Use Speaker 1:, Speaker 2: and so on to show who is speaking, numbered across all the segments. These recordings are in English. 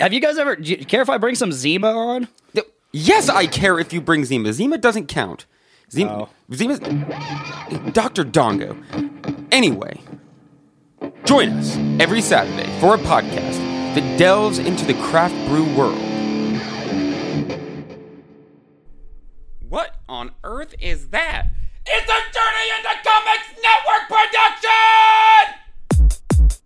Speaker 1: have you guys ever, do you care if I bring some Zima on?
Speaker 2: Th- Yes, I care if you bring Zima. Zima doesn't count. Zima,
Speaker 1: Oh.
Speaker 2: Zima's Doctor Dongo. Anyway, join us every Saturday for a podcast that delves into the craft brew world. What on earth is that? It's a Journey into Comics Network production.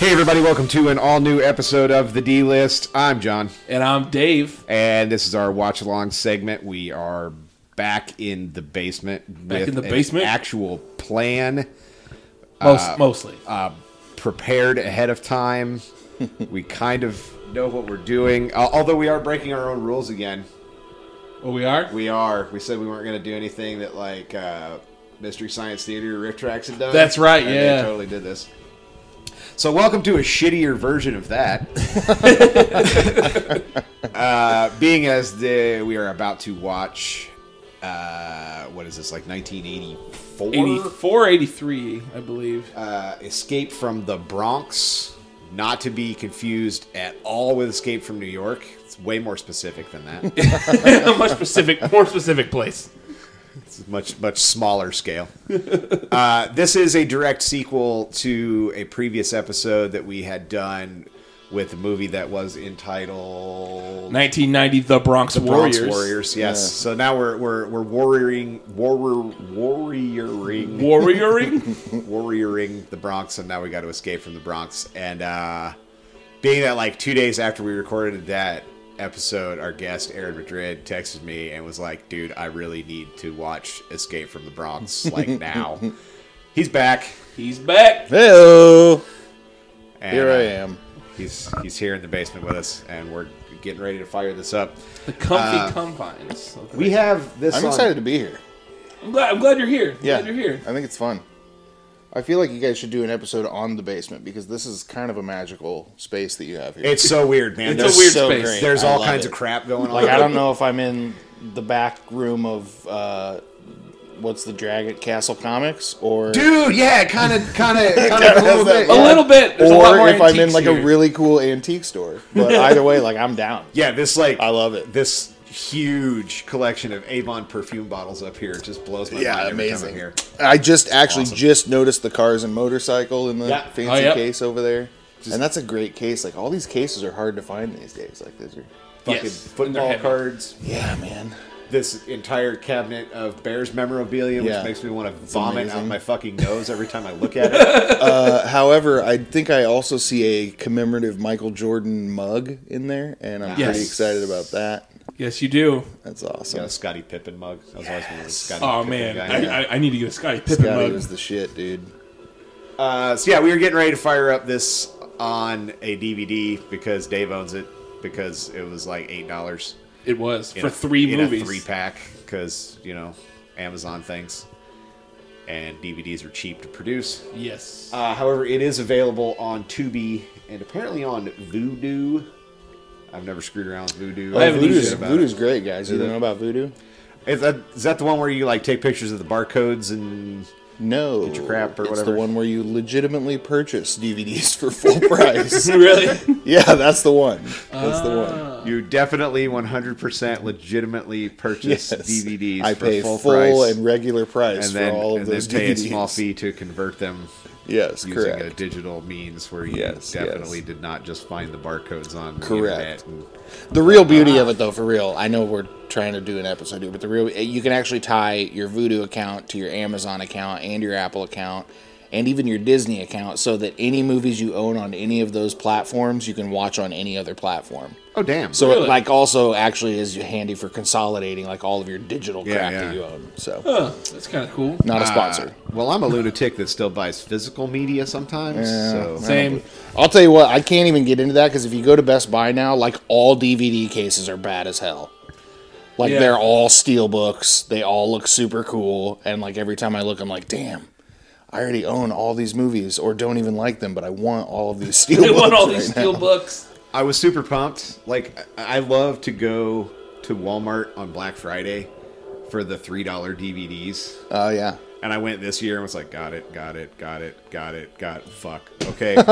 Speaker 3: Hey, everybody, welcome to an all new episode of The D List. I'm John,
Speaker 4: And I'm Dave.
Speaker 3: and this is our watch along segment. We are back in the basement back with
Speaker 4: in the
Speaker 3: an
Speaker 4: basement?
Speaker 3: actual plan
Speaker 4: Most, mostly.
Speaker 3: prepared ahead of time. we kind of know what we're doing, uh, although we are breaking our own rules again.
Speaker 4: oh, we are?
Speaker 3: We are. We said we weren't going to do anything that, like, uh, Mystery Science Theater or Rift Tracks had done.
Speaker 4: That's right,
Speaker 3: And
Speaker 4: yeah.
Speaker 3: They totally did this. So, welcome to a shittier version of that. uh, being as the we are about to watch, uh, what is this, like 1984?
Speaker 4: 84, 83, I believe.
Speaker 3: uh, Escape from the Bronx, not to be confused at all with Escape from New York. It's way more specific than that.
Speaker 4: a much specific, more specific place.
Speaker 3: it's much much smaller scale. Uh, this is a direct sequel to a previous episode that we had done with a movie that was entitled
Speaker 4: 1990, The Bronx Warriors.
Speaker 3: Bronx Warriors. Yes. So now we're we're we're warrioring warrior warrioring
Speaker 4: Warrioring?
Speaker 3: warrioring the Bronx, and now we got to escape from the Bronx. And uh, being that like two days after we recorded that episode, our guest Aaron Madrid texted me and was like, "Dude, I really need to watch Escape from the Bronx like now." He's back.
Speaker 4: He's
Speaker 5: Uh,
Speaker 4: back.
Speaker 5: Hello.
Speaker 3: And,
Speaker 5: Here I
Speaker 3: uh,
Speaker 5: am.
Speaker 3: he's he's here in the basement with us, and we're getting ready to fire this up.
Speaker 4: The comfy confines. of the-
Speaker 3: We have this.
Speaker 5: I'm
Speaker 3: on-
Speaker 5: excited to be here.
Speaker 4: I'm glad, I'm glad you're here. I'm
Speaker 5: Yeah,
Speaker 4: Glad you're here.
Speaker 5: I think it's fun. I feel like you guys should do an episode on the basement because this is kind of a magical space that you have here.
Speaker 3: It's so weird, man.
Speaker 4: It's a
Speaker 3: There's,
Speaker 4: weird space.
Speaker 3: there's
Speaker 5: I
Speaker 3: all
Speaker 5: love
Speaker 3: kinds
Speaker 5: it.
Speaker 3: of crap going on.
Speaker 5: Like I don't know if I'm in the back room of uh, what's the Dragon Castle Comics or
Speaker 3: Dude, yeah, kind of, kind of, kind of a little
Speaker 5: that-
Speaker 3: bit.
Speaker 4: A
Speaker 5: yeah.
Speaker 4: little bit. There's a lot
Speaker 5: or
Speaker 4: more
Speaker 5: if I'm in
Speaker 4: antiques
Speaker 5: like
Speaker 4: here.
Speaker 5: a really cool antique store. But either way, like I'm down.
Speaker 3: Yeah, this like
Speaker 5: I love it.
Speaker 3: This huge collection of Avon perfume bottles up here just blows my
Speaker 5: Yeah,
Speaker 3: mind. every time
Speaker 5: amazing.
Speaker 3: I'm here.
Speaker 5: I just actually just noticed the cars and motorcycle in the
Speaker 3: Yeah.
Speaker 5: fancy
Speaker 4: Oh, yep.
Speaker 5: case over there. and that's a great case. Like all these cases are hard to find these days. Like these are
Speaker 4: Yes, and
Speaker 3: Fucking
Speaker 4: they're
Speaker 3: football
Speaker 4: heavy.
Speaker 3: cards.
Speaker 5: Yeah, man.
Speaker 3: This entire cabinet of Bears memorabilia, which
Speaker 5: Yeah.
Speaker 3: makes me want to vomit out
Speaker 5: amazing.
Speaker 3: my fucking nose every time I look at it.
Speaker 5: Uh, However, I think I also see a commemorative Michael Jordan mug in there, and I'm
Speaker 4: Yes.
Speaker 5: pretty excited about that.
Speaker 4: Yes, you do.
Speaker 5: That's
Speaker 3: Got a
Speaker 5: awesome.
Speaker 3: Scotty Pippen mug. I was always one of those Scotty
Speaker 4: Oh,
Speaker 3: Pippen
Speaker 4: man.
Speaker 3: guys.
Speaker 4: I, I, I need to get a Scotty Pippen
Speaker 5: Scotty
Speaker 4: mug.
Speaker 5: was the shit, dude.
Speaker 3: Uh, so yeah, we were getting ready to fire up this on a DVD because Dave owns it because it was like eight dollars.
Speaker 4: It was
Speaker 3: in
Speaker 4: for
Speaker 3: a-
Speaker 4: three
Speaker 3: in
Speaker 4: movies.
Speaker 3: a three pack because you know Amazon things and DVDs are cheap to produce.
Speaker 4: Yes.
Speaker 3: Uh, however, it is available on Tubi and apparently on Vudu. I've never screwed around with
Speaker 5: Oh,
Speaker 3: Vudu.
Speaker 4: I haven't
Speaker 5: Voodoo's,
Speaker 4: either.
Speaker 3: about
Speaker 5: Voodoo's great, guys. You don't know about Voodoo?
Speaker 3: Is that, is that the one where you like take pictures of the barcodes and
Speaker 5: No.
Speaker 3: Get your crap or
Speaker 5: it's
Speaker 3: whatever.
Speaker 5: the one where you legitimately purchase DVDs for full price.
Speaker 4: really?
Speaker 5: yeah, that's the one. That's the one.
Speaker 4: Ah.
Speaker 3: you definitely 100% legitimately purchase
Speaker 5: Yes.
Speaker 3: DVDs
Speaker 5: I
Speaker 3: for
Speaker 5: pay
Speaker 3: full,
Speaker 5: full,
Speaker 3: price
Speaker 5: and regular price
Speaker 3: and then,
Speaker 5: for all of
Speaker 3: and
Speaker 5: those
Speaker 3: then pay
Speaker 5: DVDs.
Speaker 3: a small fee to convert them
Speaker 5: Yes,
Speaker 3: using
Speaker 5: correct.
Speaker 3: a digital means where you
Speaker 5: Yes,
Speaker 3: definitely
Speaker 5: yes.
Speaker 3: did not just find the barcodes on the
Speaker 5: Correct.
Speaker 3: internet and-
Speaker 5: The
Speaker 3: Ah.
Speaker 5: real beauty of it, though, for real, I know we're trying to do an episode here, but the real you can actually tie your Voodoo account to your Amazon account and your Apple account, and even your Disney account so that any movies you own on any of those platforms you can watch on any other platform.
Speaker 3: Oh damn!
Speaker 5: So
Speaker 4: Really?
Speaker 5: it like also actually is handy for consolidating like all of your digital
Speaker 3: Yeah,
Speaker 5: crap
Speaker 3: yeah. Ah.
Speaker 5: that you own. So
Speaker 4: Huh, that's kind of cool.
Speaker 5: not a sponsor.
Speaker 3: Uh, well, I'm a lunatic that still buys physical media sometimes. so
Speaker 4: Same.
Speaker 5: I'll tell you what, I can't even get into that because if you go to Best Buy now, like all DVD cases are bad as hell. Like
Speaker 4: Yeah.
Speaker 5: they're all steel books. They all look super cool, and like every time I look, I'm like, damn. I already own all these movies, or don't even like them, but I want all of these steel
Speaker 4: They
Speaker 5: books.
Speaker 4: want all
Speaker 5: right
Speaker 4: these
Speaker 5: now.
Speaker 4: steel books.
Speaker 3: I was super pumped. Like I I love to go to Walmart on Black Friday for the three dollar DVDs.
Speaker 5: Oh yeah,
Speaker 3: And I went this year and was like, got it, got it, got it, got it, got fuck. Okay. I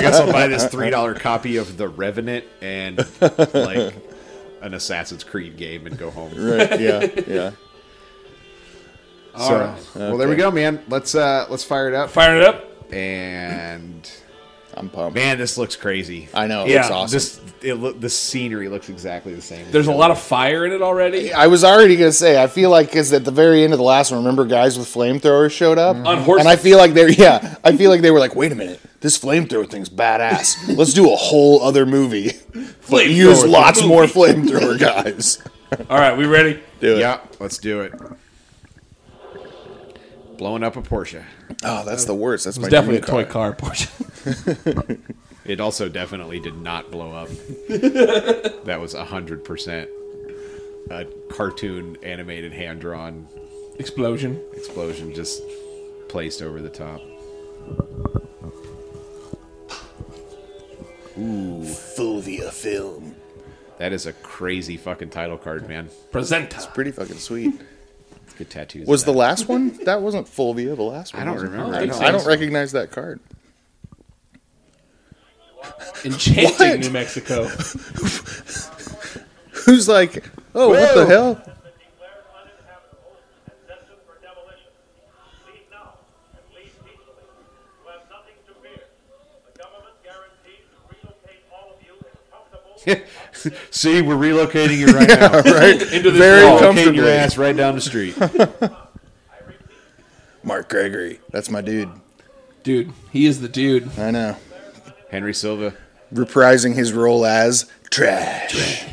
Speaker 3: guess I'll buy this three dollar copy of The Revenant and like an Assassin's Creed game and go home.
Speaker 5: right, yeah, yeah.
Speaker 3: So, well there we go, man. Let's uh let's fire it up.
Speaker 4: Firing it up.
Speaker 3: And
Speaker 5: I'm pumped.
Speaker 3: man, this looks crazy.
Speaker 5: I know. It
Speaker 4: Yeah,
Speaker 5: looks awesome.
Speaker 3: This it look the scenery looks exactly the same.
Speaker 4: There's a lot of fire in it already.
Speaker 5: I was already gonna say I feel like because at the very end of the last one, remember guys with flamethrowers showed up
Speaker 4: On horses.
Speaker 5: and I feel like they're yeah, I feel like they were like, wait a minute, this flamethrower thing's badass. Let's do a whole other movie. But use
Speaker 4: Flamethrower
Speaker 5: lots
Speaker 4: movie.
Speaker 5: more flamethrower guys.
Speaker 4: All right, we ready?
Speaker 5: Do it.
Speaker 3: Yeah, let's do it. Blowing up a Porsche.
Speaker 5: Oh, that's the worst. That's my
Speaker 4: It's definitely a toy
Speaker 5: dream
Speaker 4: car portion.
Speaker 3: It also definitely did not blow up. that was 100% a cartoon animated hand drawn
Speaker 4: Explosion.
Speaker 3: explosion just placed over the top.
Speaker 5: Fulvia film.
Speaker 3: That is a crazy fucking title card, man.
Speaker 4: Presenta.
Speaker 5: Pretty fucking sweet.
Speaker 3: Good tattoos.
Speaker 5: Was the
Speaker 3: of that.
Speaker 5: last one? That wasn't Fulvia. The last one.
Speaker 3: I don't
Speaker 5: was it?
Speaker 3: remember.
Speaker 4: Oh,
Speaker 3: I don't,
Speaker 5: I don't recognize that card.
Speaker 4: Enchanting
Speaker 5: What?
Speaker 4: New Mexico.
Speaker 5: Who's like, oh, what the hell?
Speaker 6: declared uninhabitable and destined for demolition. Leave now and leave peacefully. You have nothing to fear. The government guarantees to relocate all of you in comfortable.
Speaker 3: See, we're relocating you right now.
Speaker 4: Into this
Speaker 5: Very
Speaker 4: wall.
Speaker 5: com-
Speaker 3: Relocating your
Speaker 5: Comfortably.
Speaker 3: ass right down the street.
Speaker 5: Mark Gregory. That's my dude.
Speaker 4: Dude, he is the dude.
Speaker 5: I know.
Speaker 3: Henry Silva.
Speaker 5: reprising his role as trash.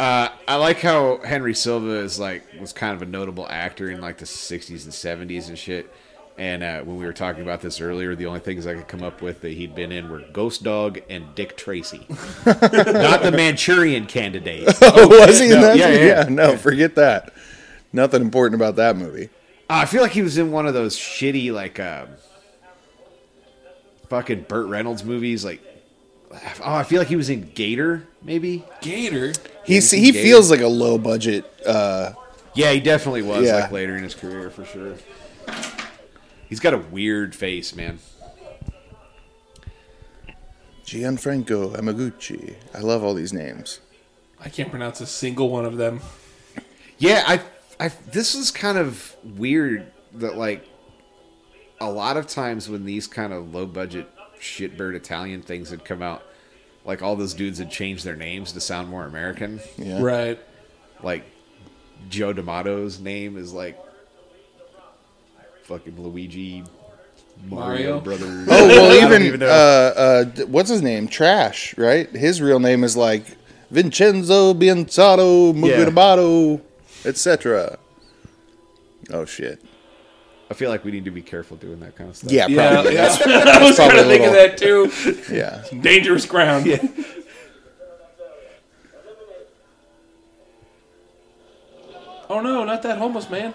Speaker 3: I like how Henry Silva is like was kind of a notable actor in like the '60s and '70s and shit. And uh, when we were talking about this earlier, the only things I could come up with that he'd been in were Ghost Dog and Dick Tracy, not the Manchurian Candidate.
Speaker 5: Oh, was he in that?
Speaker 3: yeah,
Speaker 5: Yeah,
Speaker 3: yeah,
Speaker 5: yeah, no, forget that. Nothing important about that movie.
Speaker 3: I feel like he was in one of those shitty like um, fucking Burt Reynolds movies. Like, oh, I feel like he was in Gator, maybe.
Speaker 4: Gator.
Speaker 5: He
Speaker 3: Yankee
Speaker 5: he
Speaker 3: Gator.
Speaker 5: feels like a low budget. Uh,
Speaker 3: Yeah, he definitely was
Speaker 5: Yeah.
Speaker 3: like later in his career for sure. He's got a weird face, man.
Speaker 5: Gianfranco Amaguchi. I love all these names.
Speaker 4: I can't pronounce a single one of them.
Speaker 3: Yeah, I, I, this is kind of weird that like a lot of times when these kind of low budget shitbird Italian things had come out, like all those dudes had changed their names to sound more American.
Speaker 5: Yeah.
Speaker 4: Right.
Speaker 3: Like Joe D'Amato's name is like fucking Luigi Mario,
Speaker 4: Mario?
Speaker 3: Brothers.
Speaker 5: Oh
Speaker 3: I
Speaker 5: well,
Speaker 3: don't
Speaker 5: even, uh,
Speaker 3: know.
Speaker 5: uh, d- what's his name? Trash, right? His real name is like Vincenzo Bianzato
Speaker 3: Yeah.
Speaker 5: Mugunabato, etc. Oh shit!
Speaker 3: I feel like we need to be careful doing that kind of stuff.
Speaker 5: Yeah,
Speaker 4: Yeah,
Speaker 5: probably.
Speaker 4: yeah.
Speaker 5: That's,
Speaker 4: I was trying
Speaker 5: probably
Speaker 4: to
Speaker 5: a
Speaker 4: think of
Speaker 5: little-
Speaker 4: that too.
Speaker 5: yeah.
Speaker 4: Dangerous ground. Oh no, not that homeless man.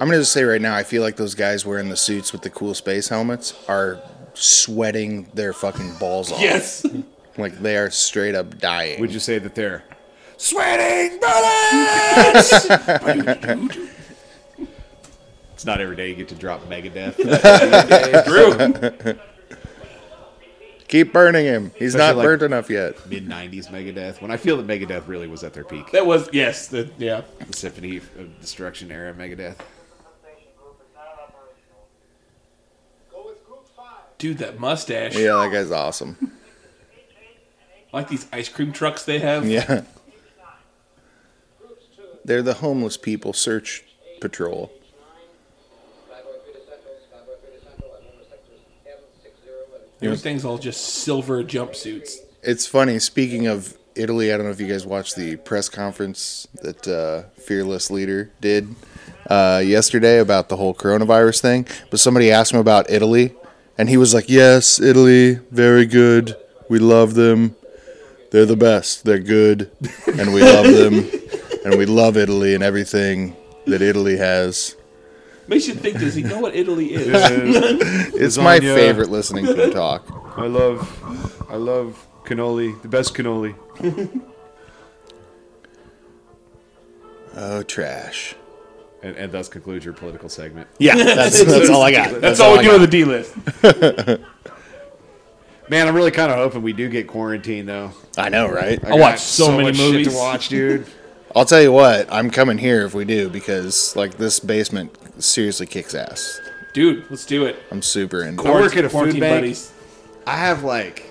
Speaker 5: I'm gonna just say right now, I feel like those guys wearing the suits with the cool space helmets are sweating their fucking balls off.
Speaker 4: Yes.
Speaker 5: Like they are straight up dying.
Speaker 3: Would you say that they're
Speaker 4: Sweating bullets.
Speaker 3: it's not every day you get to drop Megadeth.
Speaker 4: Drew.
Speaker 5: Keep burning him. He's
Speaker 3: Especially
Speaker 5: not
Speaker 3: like-
Speaker 5: burnt enough yet.
Speaker 3: mid '90s Megadeth. When I feel that Megadeth really was at their peak,
Speaker 4: That was yes. The, yeah.
Speaker 3: the Symphony of Destruction era Megadeth.
Speaker 6: Station group is not operational. Go with group five.
Speaker 4: Dude, that mustache.
Speaker 5: Yeah, that guy's awesome.
Speaker 4: I like these ice cream trucks they have.
Speaker 5: Yeah.
Speaker 6: Groups two.
Speaker 5: They're the homeless people search patrol.
Speaker 4: Everything's all just silver jumpsuits.
Speaker 5: It's funny. Speaking of Italy, I don't know if you guys watched the press conference that uh, fearless leader did uh, yesterday about the whole coronavirus thing. But somebody asked him about Italy, and he was like, "Yes, Italy, very good. We love them. They're the best. They're good, and we love them, and we love Italy and everything that Italy has."
Speaker 4: Makes you think, does he know what Italy is?
Speaker 5: It's my
Speaker 7: Lasagna.
Speaker 5: favorite listening to him talk.
Speaker 7: I love, I love cannoli, the best cannoli.
Speaker 5: Oh, trash.
Speaker 3: And, and thus concludes your political segment.
Speaker 5: Yeah, that's, that's all I got. That's, I got.
Speaker 4: on the D list.
Speaker 3: Man, I'm really kind of hoping we do get quarantined though.
Speaker 5: I know, right?
Speaker 3: got
Speaker 4: watched so many
Speaker 3: shit
Speaker 4: movies.
Speaker 3: to watch, dude.
Speaker 5: I'll tell you what, I'm coming here if we do because like this basement seriously kicks ass.
Speaker 4: Dude, let's do it.
Speaker 5: I'm super in.
Speaker 3: I work at a food
Speaker 4: Quarantine
Speaker 3: bank.
Speaker 4: buddies.
Speaker 3: I have like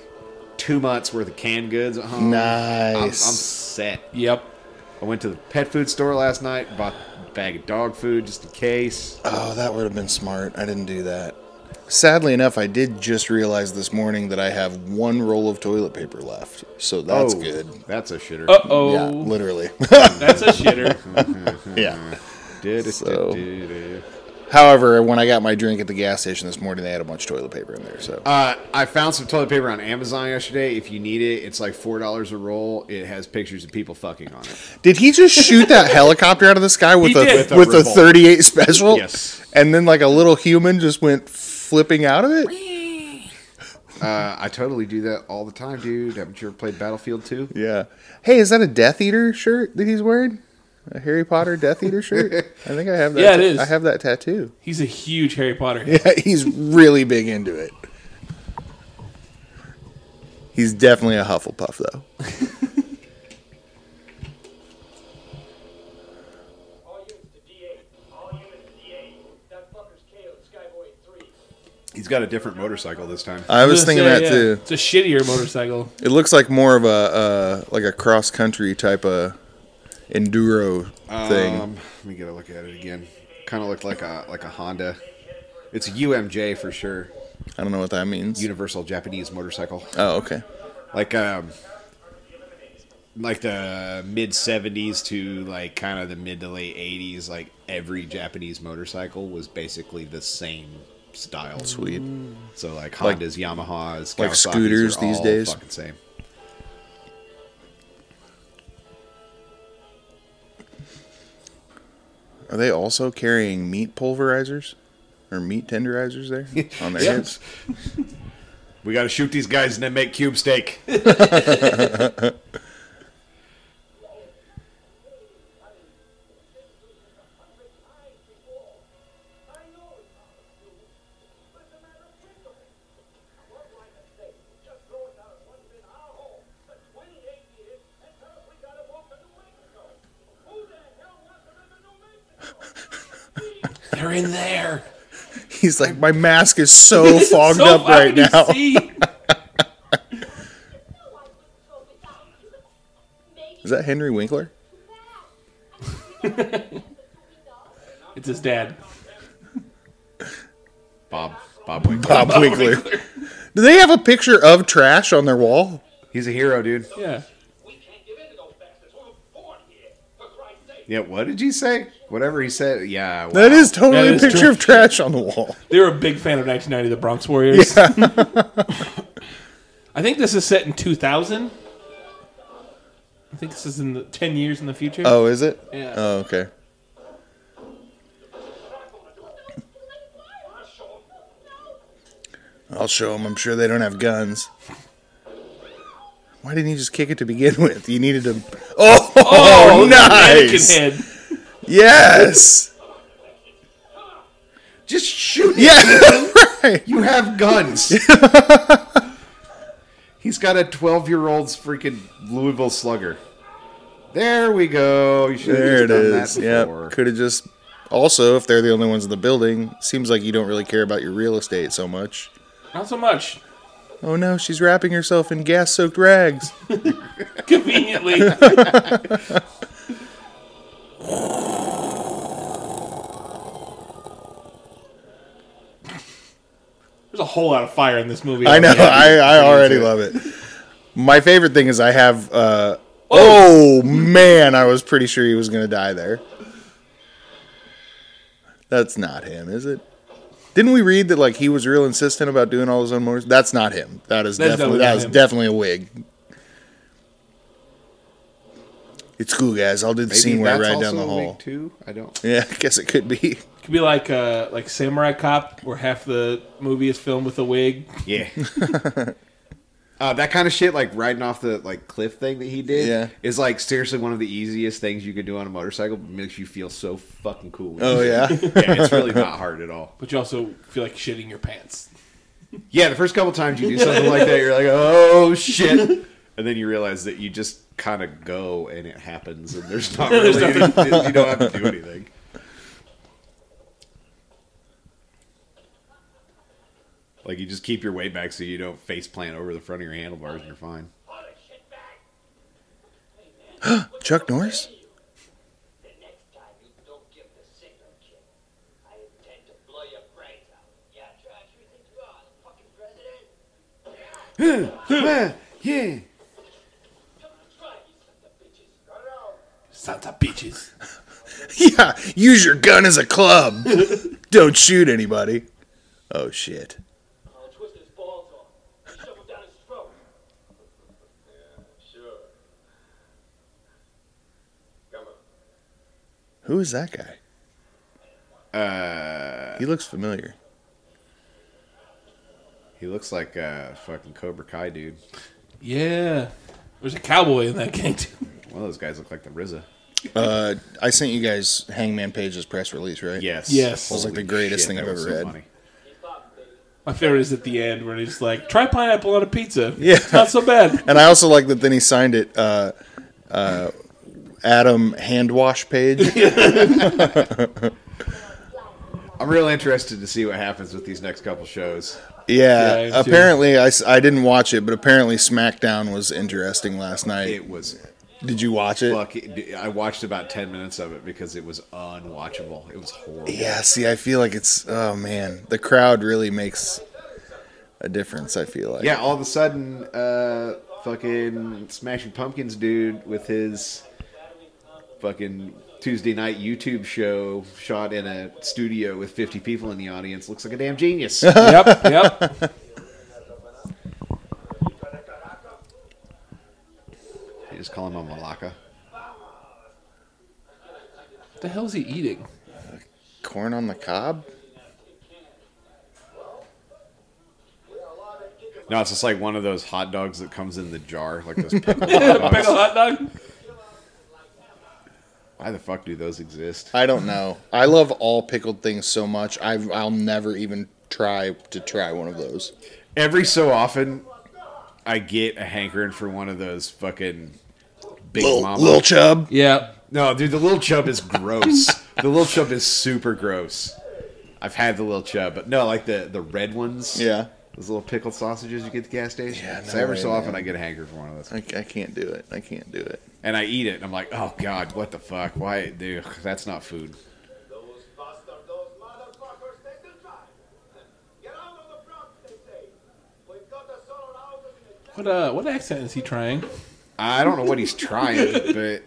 Speaker 3: two months worth of canned goods at home. I'm, I'm
Speaker 5: Nice.
Speaker 3: set.
Speaker 4: Yep.
Speaker 3: I went to the pet food store last night, bought a bag of dog food just in case.
Speaker 5: oh, that would have been smart. I didn't do that. Sadly enough, I did just realize this morning that I have one roll of toilet paper left. So that's
Speaker 3: Oh, Hmm.
Speaker 5: good.
Speaker 3: That's a shitter.
Speaker 4: Uh
Speaker 5: Yeah,
Speaker 4: oh.
Speaker 5: literally.
Speaker 4: That's a shitter.
Speaker 5: yeah.
Speaker 3: Did it,
Speaker 5: so-
Speaker 3: did it.
Speaker 5: However, when I got my drink at the gas station this morning, they had a bunch of toilet paper in there. So
Speaker 3: Uh, I found some toilet paper on Amazon yesterday. If you need it, it's like four dollars a roll. It has pictures of people fucking on it.
Speaker 5: Did he just shoot that helicopter out of the sky with
Speaker 4: He
Speaker 5: a
Speaker 4: did.
Speaker 5: with,
Speaker 3: With a
Speaker 5: a
Speaker 3: revolt.
Speaker 5: 38 special?
Speaker 3: Yes.
Speaker 5: And then like a little human just went flipping out of it?
Speaker 3: Uh, I totally do that all the time, dude. Haven't you ever played Battlefield Two?
Speaker 5: Yeah. Hey, is that a Death Eater shirt that he's wearing? A Harry Potter Death Eater shirt? I think I have that.
Speaker 4: Yeah, it
Speaker 5: ta-
Speaker 4: is.
Speaker 5: I have that tattoo.
Speaker 4: He's a huge Harry Potter. head.
Speaker 5: Yeah, he's really big into it. He's definitely a Hufflepuff though.
Speaker 6: All units to D8. All units to D8. That fucker's KO'd Skyboy 3.
Speaker 3: He's got a different motorcycle this time.
Speaker 5: I was
Speaker 4: gonna
Speaker 5: thinking
Speaker 4: say,
Speaker 5: that
Speaker 4: yeah,
Speaker 5: too.
Speaker 4: It's a shittier motorcycle.
Speaker 5: It looks like more of a uh, like a cross country type of enduro thing.
Speaker 3: Um, let me get a look at it again. Kind of looked like a like a Honda. It's a UMJ for sure.
Speaker 5: I don't know what that means.
Speaker 3: Universal Japanese motorcycle.
Speaker 5: Oh, okay.
Speaker 3: Like um, like the mid '70s to like kind of the mid to late '80s. Like every Japanese motorcycle was basically the same style.
Speaker 5: Sweet.
Speaker 3: So like
Speaker 5: Like-
Speaker 3: Hondas, Yamahas,
Speaker 5: like
Speaker 3: Kawasaki's
Speaker 5: scooters
Speaker 3: are
Speaker 5: these
Speaker 3: all
Speaker 5: days?
Speaker 3: Fucking same.
Speaker 5: Are they also carrying meat pulverizers or meat tenderizers there on their hips?
Speaker 3: We got to shoot these guys and then make cube steak.
Speaker 4: They're in there.
Speaker 5: He's like, my mask is so fogged
Speaker 4: So
Speaker 5: up
Speaker 4: how
Speaker 5: right
Speaker 4: can you
Speaker 5: now.
Speaker 4: see?
Speaker 5: Is that Henry Winkler?
Speaker 4: It's his dad.
Speaker 3: Bob, Bob Winkler.
Speaker 5: Bob Winkler. Do they have a picture of trash on their wall?
Speaker 3: He's a hero, dude.
Speaker 4: Yeah.
Speaker 6: We can't give in to those bastards. We were born here. For Christ's sake.
Speaker 3: Yeah, what did you say? Whatever he said. Yeah, wow.
Speaker 5: That is totally
Speaker 4: That
Speaker 5: a
Speaker 4: is
Speaker 5: picture
Speaker 4: true.
Speaker 5: of trash on the wall.
Speaker 4: They were a big fan of 1990 The Bronx Warriors. I think this is set in 2000. I think this is in the 10 years in the future.
Speaker 5: Oh, is it?
Speaker 4: Yeah.
Speaker 5: Oh, okay. I'll show them. I'm sure they don't have guns. Why didn't you just kick it to begin with? You needed to. Oh, nice.
Speaker 4: Mannequin head.
Speaker 5: Yes.
Speaker 3: Just shoot.
Speaker 5: Yeah. right.
Speaker 3: You have guns. He's got a 12 year old's freaking Louisville slugger. There we go. You should have
Speaker 5: There it
Speaker 3: just done
Speaker 5: is.
Speaker 3: that
Speaker 5: Yeah.
Speaker 3: before.
Speaker 5: Could have just. Also, if they're the only ones in the building, seems like you don't really care about your real estate so much.
Speaker 4: Not so much.
Speaker 5: Oh no, she's wrapping herself in gas soaked rags.
Speaker 4: Conveniently. There's a whole lot of fire in this movie.
Speaker 5: I know. I, I already
Speaker 3: into it.
Speaker 5: love it. My favorite thing is I have. Uh, oh man, I was pretty sure he was gonna die there. That's not him, is it? Didn't we read that like he was real insistent about doing all his own motors? That's not him. That is
Speaker 4: That's definitely
Speaker 5: definitely that
Speaker 4: not
Speaker 5: is
Speaker 4: him.
Speaker 5: definitely a wig. It's cool, guys. I'll do the scene where I
Speaker 3: that's
Speaker 5: ride down the
Speaker 3: also a
Speaker 5: hole.
Speaker 3: week Too. I don't.
Speaker 5: Yeah, I guess it could be.
Speaker 4: It could be like uh, like Samurai Cop, where half the movie is filmed with a wig.
Speaker 3: Yeah. uh, that kind of shit, like riding off the like cliff thing that he did,
Speaker 5: Yeah.
Speaker 3: is like seriously one of the easiest things you could do on a motorcycle. It makes you feel so fucking cool.
Speaker 5: Oh yeah.
Speaker 3: yeah, it's really not hard at all.
Speaker 4: But you also feel like shitting your pants.
Speaker 3: Yeah, the first couple times you do something like that, you're like, oh shit, and then you realize that you just kind of go and it happens, and there's not really any, you don't have to do anything. Like you just keep your weight back so you don't face plant over the front of your handlebars, and you're fine.
Speaker 5: Chuck Norris.
Speaker 6: The next time you don't give the signal, kid, I intend to blow your brains out. Yeah, Josh, you think you are the fucking president?
Speaker 3: Yeah.
Speaker 6: Try you son of bitches. No, no.
Speaker 4: Santa bitches.
Speaker 5: Yeah, use your gun as a club. Don't shoot anybody. Oh shit.
Speaker 6: I'll twist his balls off. and Shove him down his throat. Yeah, sure. Come on.
Speaker 5: Who is that guy? Uh he looks familiar.
Speaker 3: He looks like a fucking Cobra Kai dude.
Speaker 4: Yeah. There's a cowboy in that gang too.
Speaker 3: One of those guys look like the RZA.
Speaker 5: Uh I sent you guys Hangman Page's press release, right?
Speaker 3: Yes.
Speaker 4: Yes.
Speaker 5: was like the
Speaker 3: Holy
Speaker 5: greatest
Speaker 3: shit,
Speaker 5: thing
Speaker 3: that
Speaker 5: I've
Speaker 3: was
Speaker 5: ever read.
Speaker 4: My favorite is at the end where he's like, try pineapple on a pizza.
Speaker 5: Yeah.
Speaker 4: It's not so bad.
Speaker 5: And I also like that then he signed it uh uh Adam Handwash Page.
Speaker 3: I'm real interested to see what happens with these next couple shows.
Speaker 5: Yeah.
Speaker 4: Yeah, I am too.
Speaker 5: apparently I, s- I didn't watch it, but apparently SmackDown was interesting last night.
Speaker 3: It was
Speaker 5: Did you watch it?
Speaker 3: fuck. I watched about ten minutes of it because it was unwatchable. It was horrible.
Speaker 5: Yeah, see, I feel like it's oh man, the crowd really makes a difference. I feel like
Speaker 3: Yeah. All of a sudden, uh, fucking Smashing Pumpkins dude with his fucking Tuesday night YouTube show shot in a studio with 50 people in the audience looks like a damn genius.
Speaker 4: yep, yep.
Speaker 3: They just call him a malaka.
Speaker 4: What the hell is he eating?
Speaker 5: corn on the cob.
Speaker 3: No, it's just like one of those hot dogs that comes in the jar, like those pickled
Speaker 4: Pickle
Speaker 3: hot dogs.
Speaker 4: hot dog?
Speaker 3: Why the fuck do those exist?
Speaker 5: I don't know. I love all pickled things so much. I I'll never even try to try one of those.
Speaker 3: every so often I get a hankering for one of those fucking big mama.
Speaker 5: chub.
Speaker 4: Yeah.
Speaker 3: no, dude, the little chub is gross. the little chub is super gross. I've had the little chub, but no, like the the red ones.
Speaker 5: Yeah,
Speaker 3: Those little pickled sausages you get at the gas station.
Speaker 5: Yeah,
Speaker 3: so
Speaker 5: no
Speaker 3: every
Speaker 5: way,
Speaker 3: so often
Speaker 5: man.
Speaker 3: I get a hankering for one of
Speaker 5: I,
Speaker 3: those.
Speaker 5: I can't do it. I can't do it.
Speaker 3: And I eat it and I'm like, oh God, what the fuck? Why dude, that's not food.
Speaker 6: Those bastards, those motherfuckers, they can try. Get out of the Bronx, they say. We've got the solar houses in the
Speaker 4: What uh what accent is he trying?
Speaker 3: I don't know what he's trying, but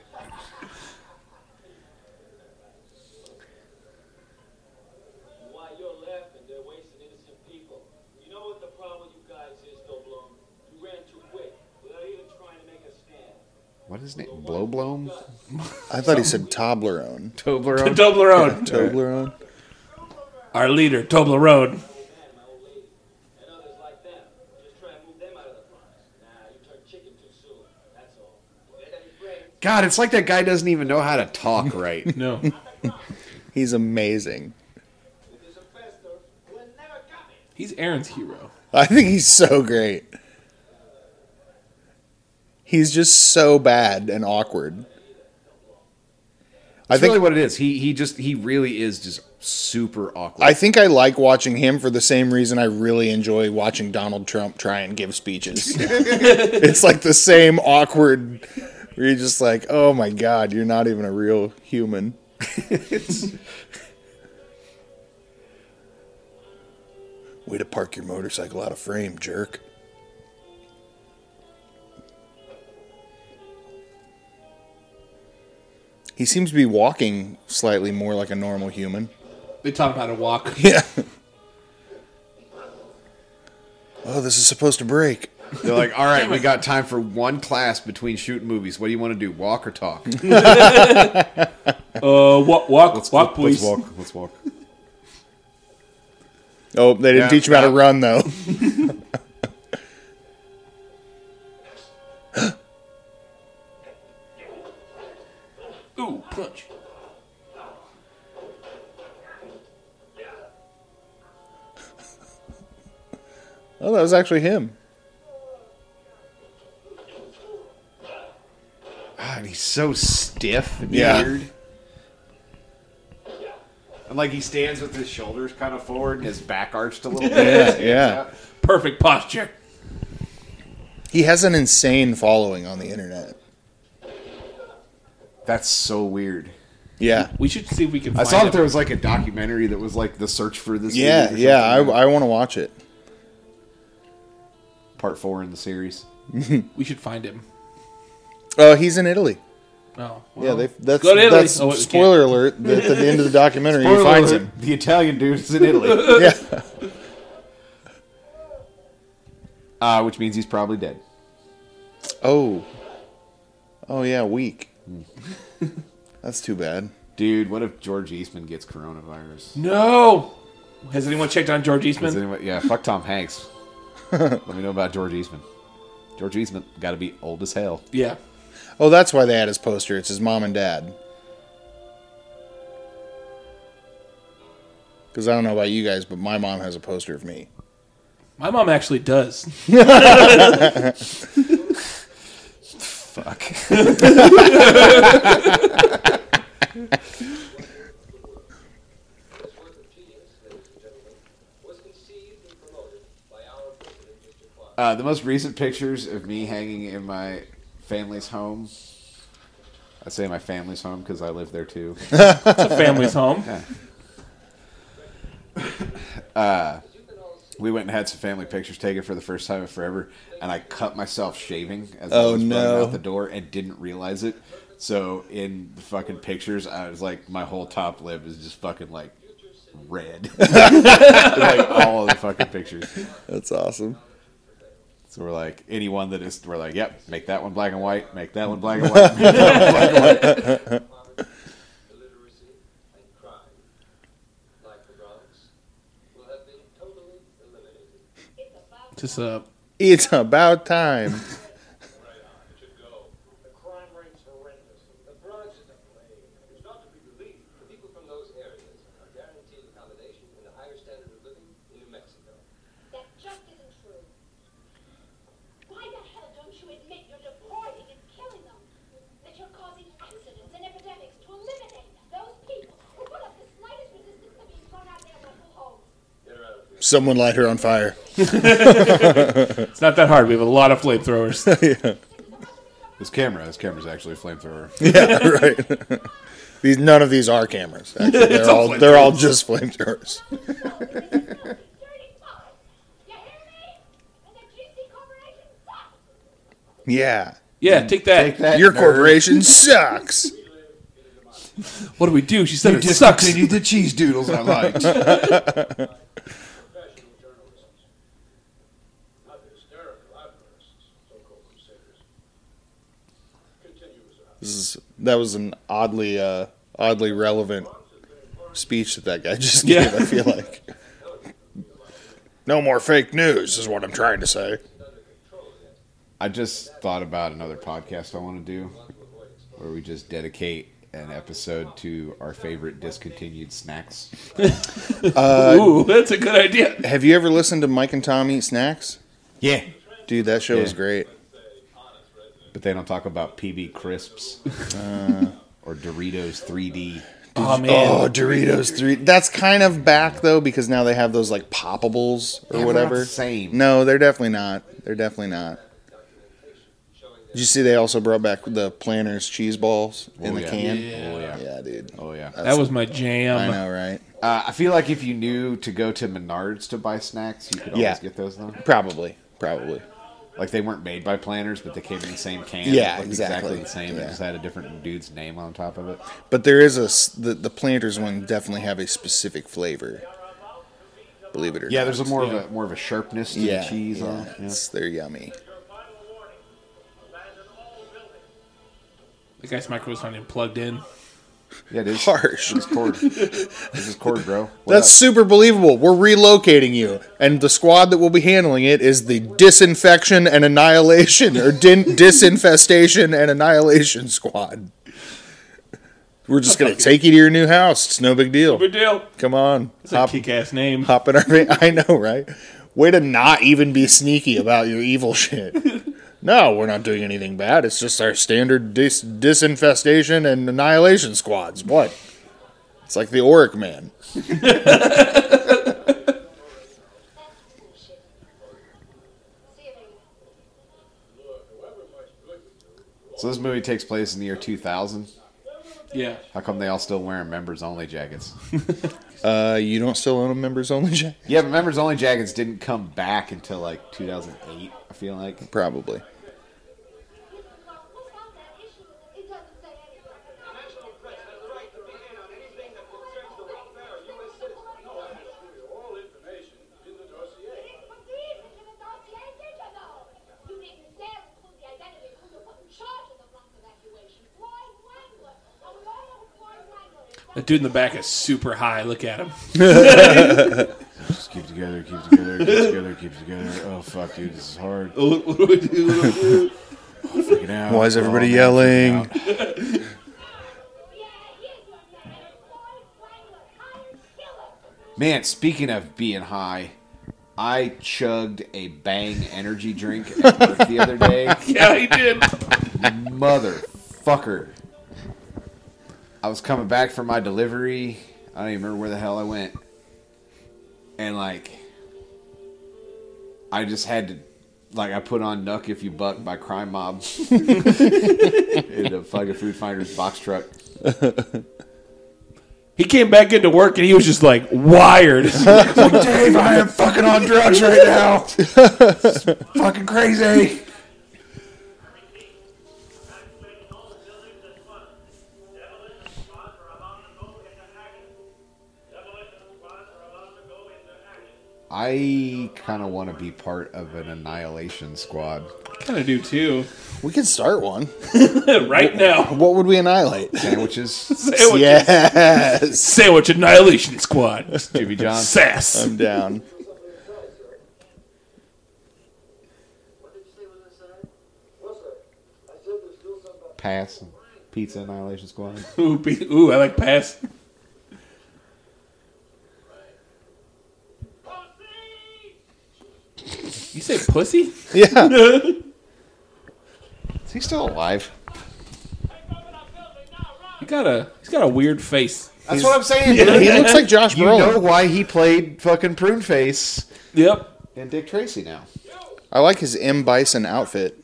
Speaker 6: Why you're laughing, they're wasting innocent people. You know what the problem with you guys is, though, Blum? You ran too quick without even trying to make a stand.
Speaker 3: what is his name? Blow Blom?
Speaker 5: I thought he said Toblerone.
Speaker 3: Toblerone?
Speaker 4: Toblerone.
Speaker 5: Toblerone.
Speaker 4: Our leader, Toblerone.
Speaker 6: And my old lady and others like them. Just try and move them out of the Bronx. Nah, you turned chicken too soon. That's all. You had any brains?
Speaker 3: God, it's like that guy doesn't even know how to talk right.
Speaker 4: No.
Speaker 5: He's amazing.
Speaker 6: If there's a fester, we'll never come in.
Speaker 4: He's Aaron's hero.
Speaker 5: I think he's so great. He's just so bad and awkward.
Speaker 3: That's
Speaker 5: I think
Speaker 3: really what it is. He he just he really is just super awkward.
Speaker 5: I think I like watching him for the same reason I really enjoy watching Donald Trump try and give speeches. it's like the same awkward where you're just like, "Oh my god, you're not even a real human." Way to park your motorcycle out of frame, jerk. He seems to be walking slightly more like a normal human.
Speaker 4: They taught him how to walk.
Speaker 5: Yeah. Oh, this is supposed to break.
Speaker 3: They're like, all right, we got time for one class between shooting movies. What do you want to do, walk or talk?
Speaker 4: Uh, walk, walk, walk, please.
Speaker 3: Let's walk. Let's walk.
Speaker 5: Oh, they didn't
Speaker 3: Yeah,
Speaker 5: teach him how to
Speaker 3: yeah.
Speaker 5: run though.
Speaker 4: Ooh, punch.
Speaker 5: Oh, that was actually him.
Speaker 3: God, he's so stiff and
Speaker 5: Yeah.
Speaker 3: weird. And like he stands with his shoulders kind of forward and his back arched a little bit.
Speaker 5: yeah.
Speaker 4: Perfect posture.
Speaker 5: He has an insane following on the internet.
Speaker 3: That's so weird.
Speaker 5: Yeah.
Speaker 4: We should see if we can.
Speaker 3: I
Speaker 4: Find
Speaker 3: saw that
Speaker 4: him.
Speaker 3: there was like a documentary that was like the search for this.
Speaker 5: Yeah,
Speaker 3: movie or
Speaker 5: yeah. I,
Speaker 3: something.
Speaker 5: I want to watch it.
Speaker 3: part four in the series.
Speaker 4: We should find him.
Speaker 5: Oh, he's in Italy.
Speaker 4: Oh, well.
Speaker 5: Yeah, they, that's
Speaker 4: Go to Italy.
Speaker 5: that's
Speaker 4: Oh, wait, we
Speaker 5: spoiler alert. That at the end of the documentary, he finds him.
Speaker 3: The Italian dude is in Italy,
Speaker 5: Yeah,
Speaker 3: uh, which means he's probably dead.
Speaker 5: Oh. Oh yeah, weak. That's too bad.
Speaker 3: Dude, what if George Eastman gets coronavirus?
Speaker 4: No. Has anyone checked on George
Speaker 3: Does
Speaker 4: Eastman?
Speaker 3: anyone- yeah, fuck Tom Hanks. Let me know about George Eastman. George Eastman got to be old as hell.
Speaker 4: Yeah.
Speaker 5: Oh, that's why they had his poster. It's his mom and dad. Because I don't know about you guys, but my mom has a poster of me.
Speaker 4: My mom actually does.
Speaker 3: Fuck.
Speaker 8: This work of genius, ladies and gentlemen, was conceived and promoted by our president, Mr. Clark.
Speaker 3: Uh, the most recent pictures of me hanging in my family's home. I say my family's home because I live there too.
Speaker 4: It's a family's home.
Speaker 3: we went and had some family pictures taken for the first time in forever, and I cut myself shaving as
Speaker 5: Oh,
Speaker 3: I was running
Speaker 5: no.
Speaker 3: out the door and didn't realize it. So in the fucking pictures, I was like, my whole top lip is just fucking like red, like all of the fucking pictures.
Speaker 5: That's awesome.
Speaker 3: So we're like, anyone that is, we're like, yep, make that one black and white, make that one black and white, make that one black and white.
Speaker 8: Poverty, illiteracy, and crime, like the Bronx, will have been totally eliminated.
Speaker 4: Just uh,
Speaker 5: It's about time.
Speaker 8: It should go. The crime rate's horrendous. The Bronx is a plague. It's not to be believed. The people from those areas are guaranteed accommodation and a higher standard of living in New Mexico.
Speaker 9: That just isn't true. Why the hell don't you admit you're deporting and killing them? That you're causing accidents and epidemics to eliminate those people who put up the slightest resistance to being thrown out of their local homes?
Speaker 5: Someone light her on fire.
Speaker 4: it's not that hard. We have a lot of flamethrowers.
Speaker 3: This camera, this camera's actually a flamethrower.
Speaker 5: yeah, right. these none of these are cameras. Actually, they're all they're all just flamethrowers.
Speaker 9: Dirty fuck! You hear me? And the GC Corporation sucks!
Speaker 5: Yeah,
Speaker 4: Yeah, take that.
Speaker 3: Take that.
Speaker 5: your corporation sucks.
Speaker 4: What do we do? She said it sucks.
Speaker 3: the cheese doodles I liked.
Speaker 8: Professional journalists, not hysterical outbursts, so-called crusaders. Continue, Mr. Hopkins.
Speaker 5: This is, that was an oddly uh, oddly relevant speech that that guy just gave.
Speaker 4: Yeah.
Speaker 5: I feel like no more fake news is what I'm trying to say.
Speaker 3: I just thought about another podcast I want to do where we just dedicate an episode to our favorite discontinued snacks.
Speaker 4: Ooh, that's a good idea.
Speaker 5: Have you ever listened to Mike and Tom eat snacks?
Speaker 3: Yeah.
Speaker 5: Dude, that show is
Speaker 3: Yeah.
Speaker 5: great.
Speaker 3: But they don't talk about PB crisps or Doritos 3D.
Speaker 4: Oh man,
Speaker 5: Oh, Doritos three. That's kind of back though because now they have those like poppables or
Speaker 3: Yeah, we're not
Speaker 5: whatever.
Speaker 3: the same.
Speaker 5: No, they're definitely not. They're definitely not. Did you see they also brought back the Planters cheese balls in
Speaker 3: Oh,
Speaker 5: the
Speaker 3: yeah.
Speaker 5: can?
Speaker 3: Oh, yeah.
Speaker 5: Yeah, yeah, dude.
Speaker 3: Oh yeah.
Speaker 5: That's-
Speaker 4: That was my jam.
Speaker 5: I know, right?
Speaker 3: Uh, I feel like if you knew to go to Menards to buy snacks, you could always
Speaker 5: Yeah.
Speaker 3: get those though.
Speaker 5: Probably, probably.
Speaker 3: Like they weren't made by planners, but they came in the same can.
Speaker 5: Yeah,
Speaker 3: It looked
Speaker 5: exactly.
Speaker 3: the same. They
Speaker 5: Yeah.
Speaker 3: just had a different dude's name on top of it.
Speaker 5: But there is a s- the the planters one definitely have a specific flavor. Believe it or
Speaker 3: Yeah,
Speaker 5: not.
Speaker 3: there's a more of a more of a sharpness to
Speaker 5: yeah,
Speaker 3: the cheese.
Speaker 5: yeah,
Speaker 3: on it. Yeah.
Speaker 5: it's- They're yummy.
Speaker 4: The guy's microphone's not even plugged in.
Speaker 3: yeah, it is.
Speaker 5: Harsh.
Speaker 3: This is cord. this is cord, bro. What
Speaker 5: That's
Speaker 3: up?
Speaker 5: super believable. We're relocating you, and the squad that will be handling it is the disinfection and annihilation, or din- disinfestation and annihilation squad. We're just gonna take you to your new house. It's no big deal.
Speaker 4: Big deal.
Speaker 5: Come on,
Speaker 4: It's a
Speaker 5: hop,
Speaker 4: kick ass name.
Speaker 5: hop in our. van. I know, right? Way to not even be sneaky about your evil shit. No, we're not doing anything bad. It's just our standard dis- disinfestation and annihilation squads. What? It's like the Oric Man.
Speaker 9: See you later.
Speaker 3: So this movie takes place in the year 2000.
Speaker 4: Yeah.
Speaker 3: How come they all still wearing members only jackets?
Speaker 5: Uh, you don't still own a members only jacket?
Speaker 3: yeah, but members only jackets didn't come back until like 2008. I feel like.
Speaker 5: Probably.
Speaker 4: The dude in the back is super high. Look at him.
Speaker 3: Just keep together, keep together, keep together, keep together. Oh fuck, dude, this is hard.
Speaker 4: what do we do?
Speaker 3: Freaking out.
Speaker 5: Why is everybody
Speaker 3: Oh, man,
Speaker 5: yelling?
Speaker 3: freaking out. Man, speaking of being high, I chugged a Bang energy drink at work the other day.
Speaker 4: yeah, he did.
Speaker 3: Motherfucker. I was coming back from my delivery. I don't even remember where the hell I went. And like I just had to like I put on Nuck If You Buck by Crime Mob in a fucking food finder's box truck.
Speaker 4: He came back into work and he was just like wired.
Speaker 3: Dave, I am fucking on drugs right now. fucking crazy. I kind of want to be part of an annihilation squad.
Speaker 4: kind of do too.
Speaker 5: We can start one.
Speaker 4: right now.
Speaker 5: What would we annihilate?
Speaker 3: Sandwiches,
Speaker 4: Sandwich,
Speaker 5: yes,
Speaker 4: sandwich annihilation squad.
Speaker 3: Jimmy John.
Speaker 4: Sass.
Speaker 5: I'm down.
Speaker 3: Pass. Pizza annihilation squad.
Speaker 4: Ooh, be- ooh, I like pass. You say pussy?
Speaker 5: Yeah,
Speaker 3: Is he still alive?
Speaker 4: He got a he's got a weird face.
Speaker 3: That's what I'm saying.
Speaker 5: he looks like Josh
Speaker 3: You know
Speaker 5: Brolin.
Speaker 3: why he played fucking Prune Face
Speaker 4: Yep.
Speaker 3: and Dick Tracy now.
Speaker 5: I like his M Bison outfit,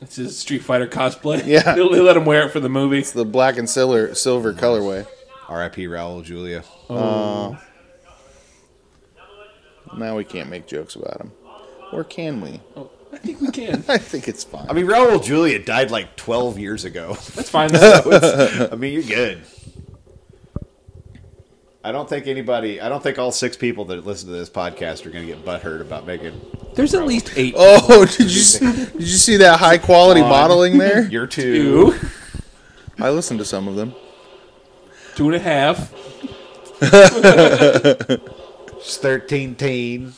Speaker 4: It's his Street Fighter cosplay.
Speaker 5: Yeah.
Speaker 4: They'll- they let him wear it for the movie.
Speaker 5: the black and silver silver colorway.
Speaker 3: R.I.P. Raul Julia.
Speaker 5: Now we can't make jokes about him, or can we?
Speaker 4: I think we can.
Speaker 5: I think it's fine.
Speaker 3: I mean, Raul Julia died like 12 years ago.
Speaker 4: That's fine. though.
Speaker 3: I mean, you're good. I don't think anybody, I don't think all six people that listen to this podcast are going to get butthurt about making
Speaker 4: There's at least eight.
Speaker 5: oh, did you s- did you see that high quality modeling there?
Speaker 3: your two.
Speaker 4: Two,
Speaker 5: I listened to some of them.
Speaker 4: two and a half.
Speaker 3: It's 13 teen.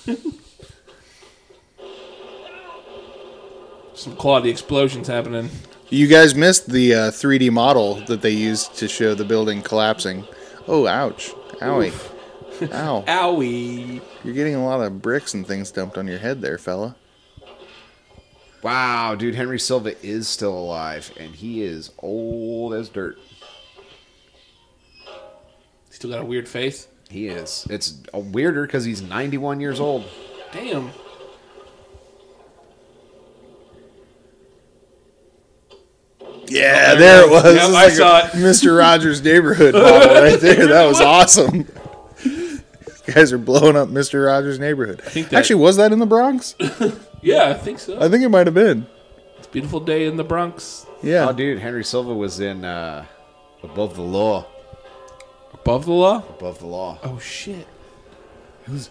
Speaker 4: Some quality explosions happening.
Speaker 5: You guys missed the uh, 3D model that they used to show the building collapsing. Oh, ouch. Owie. Ow.
Speaker 4: Owie.
Speaker 5: You're getting a lot of bricks and things dumped on your head there, fella.
Speaker 3: Wow, dude, Henry Silva is still alive and he is old as dirt.
Speaker 4: Still got a weird face.
Speaker 3: He is. It's uh, weirder because he's 91 years old.
Speaker 4: Damn.
Speaker 5: Yeah, Oh, there it was.
Speaker 7: Yep,
Speaker 5: It's
Speaker 7: I saw
Speaker 5: a
Speaker 7: it.
Speaker 5: Mr. Rogers' neighborhood model right there. That was awesome. You guys are blowing up Mr. Rogers' neighborhood.
Speaker 4: think that-
Speaker 5: Actually, was that in the Bronx?
Speaker 4: Yeah, I think so.
Speaker 5: I think it might have been.
Speaker 4: It's a beautiful day in the Bronx.
Speaker 5: Yeah.
Speaker 3: Oh, dude, Henry Silva was in uh, Above the Law.
Speaker 4: Above the law?
Speaker 3: Above the Law.
Speaker 4: Oh, shit.
Speaker 7: How's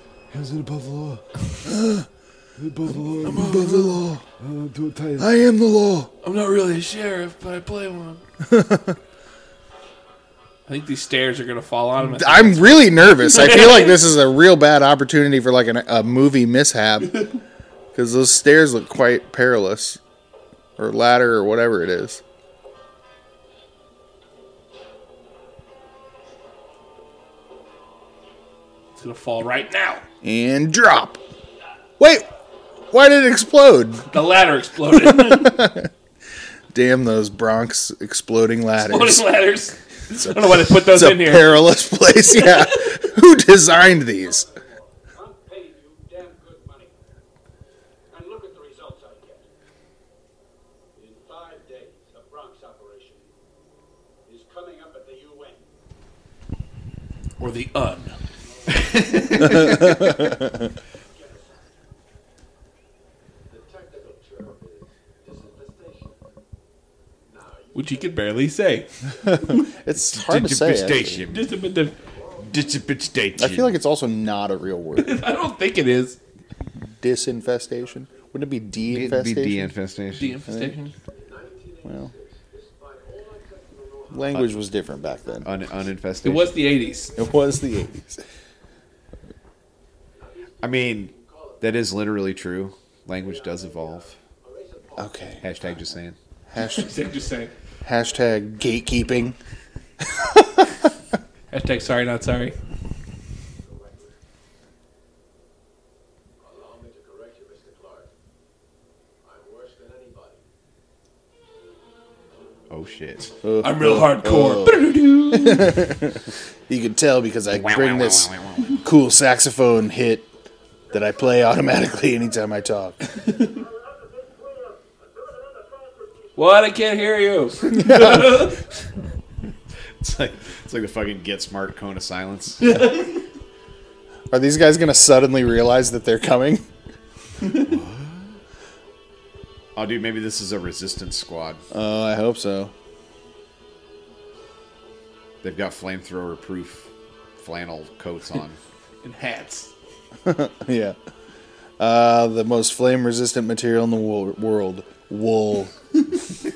Speaker 7: it above the law? above the law. above, the law. Uh, do it tight.
Speaker 5: I am the law.
Speaker 4: I'm not really a sheriff, but I play one. I think these stairs are going to fall on him. I think
Speaker 5: I'm really nervous. I feel like this is a real bad opportunity for like an, a movie mishap because those stairs look quite perilous, or ladder, or whatever it is.
Speaker 4: It's going to fall right now.
Speaker 5: And drop. Wait, why did it explode?
Speaker 4: The ladder exploded.
Speaker 5: Damn those Bronx exploding ladders.
Speaker 4: Exploding ladders. I don't know why they put those
Speaker 5: It's a
Speaker 4: in here.
Speaker 5: perilous place. Yeah. Who designed these?
Speaker 6: I'm paying you damn good money. And look at the results I get. In five days, the Bronx operation is coming up at the UN.
Speaker 4: or the un.
Speaker 6: The technical term is disinvestation. Now,
Speaker 4: Which you could barely say.
Speaker 5: It's hard to say. actually.
Speaker 7: Station.
Speaker 4: Just a bit of-
Speaker 5: I feel like it's also not a real word.
Speaker 4: I don't think it is.
Speaker 5: Disinfestation. Wouldn't it be
Speaker 3: It'd be
Speaker 5: deinfestation?
Speaker 4: The
Speaker 3: de-infestation.
Speaker 4: infestation.
Speaker 5: well, language was different back then.
Speaker 3: Un- uninfestation.
Speaker 4: It was the 80s.
Speaker 5: It was the 80s.
Speaker 3: I mean, that is literally true. Language does evolve.
Speaker 5: Okay.
Speaker 3: Hashtag just saying.
Speaker 5: Hashtag,
Speaker 4: Except just saying.
Speaker 5: hashtag gatekeeping.
Speaker 4: Hashtag sorry, not sorry.
Speaker 6: Allow me to correct you, Mr. Clark. I'm worse than anybody.
Speaker 3: Oh shit.
Speaker 4: I'm real
Speaker 3: Oh,
Speaker 4: hardcore. Ba-do-do-do.
Speaker 5: Uh, You can tell because I bring this cool saxophone hit that I play automatically anytime I talk.
Speaker 4: what? I can't hear you.
Speaker 3: It's like it's like the fucking get smart cone of silence.
Speaker 5: Are these guys going to suddenly realize that they're coming?
Speaker 3: oh, dude, maybe this is a resistance squad.
Speaker 5: Oh, I hope so.
Speaker 3: They've got flamethrower proof flannel coats on.
Speaker 4: And hats.
Speaker 5: Yeah. Uh, the most flame resistant material in the wo- world wool.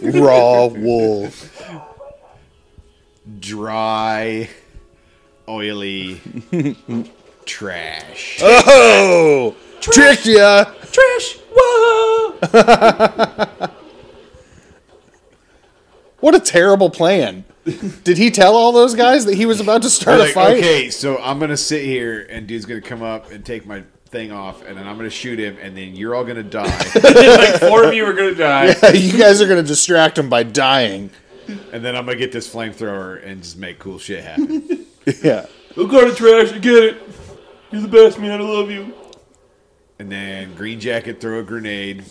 Speaker 5: Raw wool.
Speaker 3: Dry, oily trash.
Speaker 5: Oh! Tricked ya!
Speaker 4: Trash! Whoa!
Speaker 5: What a terrible plan. Did he tell all those guys that he was about to start a
Speaker 3: Like,
Speaker 5: fight?
Speaker 3: okay, so I'm gonna sit here and dude's gonna come up and take my thing off, and then I'm gonna shoot him, and then you're all gonna die,
Speaker 4: like four of you are gonna die.
Speaker 5: you guys are going to distract him by dying.
Speaker 3: and then I'm gonna get this flamethrower and just make cool shit happen.
Speaker 5: Yeah.
Speaker 4: We'll go to trash and get it. You're the best, man. I love you.
Speaker 3: and then Green Jacket throw a grenade.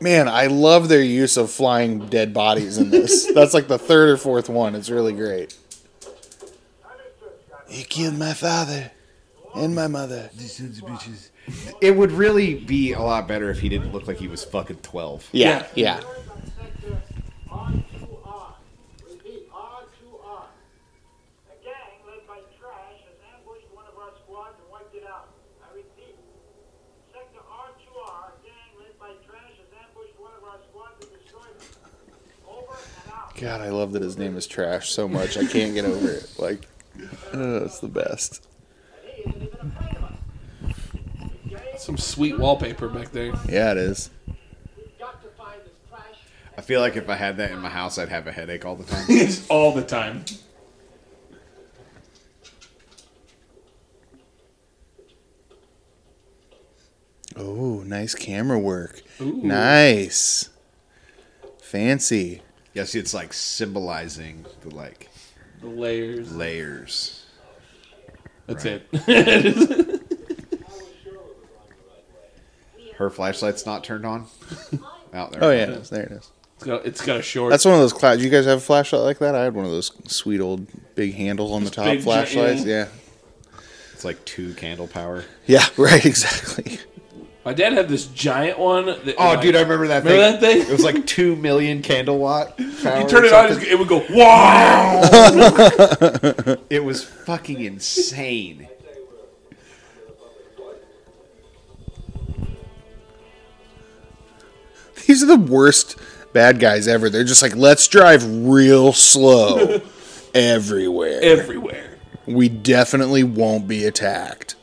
Speaker 5: Man, I love their use of flying dead bodies in this. That's like the third or fourth one. It's really great. He killed my father and my mother.
Speaker 3: It would really be a lot better if he didn't look like he was fucking twelve.
Speaker 5: Yeah, yeah.
Speaker 6: Words on sector R2R. Repeat, R2R. A gang led by Trash has ambushed one of our squads and wiped it out. I repeat, sector R2R, a gang led by Trash has ambushed one of our squads and destroyed it. Over and out.
Speaker 5: God, I love that his name is Trash so much. I can't get over it. Like, uh, it's the best.
Speaker 6: He isn't even afraid of us. The gang,
Speaker 4: Some sweet wallpaper back there.
Speaker 5: Yeah, it is.
Speaker 6: we've got to find this Trash.
Speaker 3: I feel like if I had that in my house, I'd have a headache all the time.
Speaker 4: It's all the time.
Speaker 5: Oh, nice camera work.
Speaker 4: Ooh.
Speaker 5: Nice. Fancy.
Speaker 3: yeah, see, it's like symbolizing the like
Speaker 4: The layers.
Speaker 3: layers.
Speaker 4: That's it.
Speaker 3: Her flashlight's not turned on. Out there.
Speaker 5: Oh, yeah, it is. There it is.
Speaker 4: It's got, it's got a short.
Speaker 5: That's one of those clouds. You guys have a flashlight like that? I had one of those sweet old big handle on the top
Speaker 4: big gi-
Speaker 5: flashlights. Yeah.
Speaker 3: It's like two candle power.
Speaker 5: Yeah. Right. Exactly.
Speaker 4: My dad had this giant one. That,
Speaker 3: Oh,
Speaker 4: like,
Speaker 3: dude, I remember that thing.
Speaker 4: Remember that thing?
Speaker 3: It was like two million candle watt. You
Speaker 4: You turn it on, it's- it would go wow.
Speaker 3: It was fucking insane.
Speaker 5: These are the worst bad guys ever. They're just like, let's drive real slow everywhere.
Speaker 4: everywhere.
Speaker 5: we definitely won't be attacked.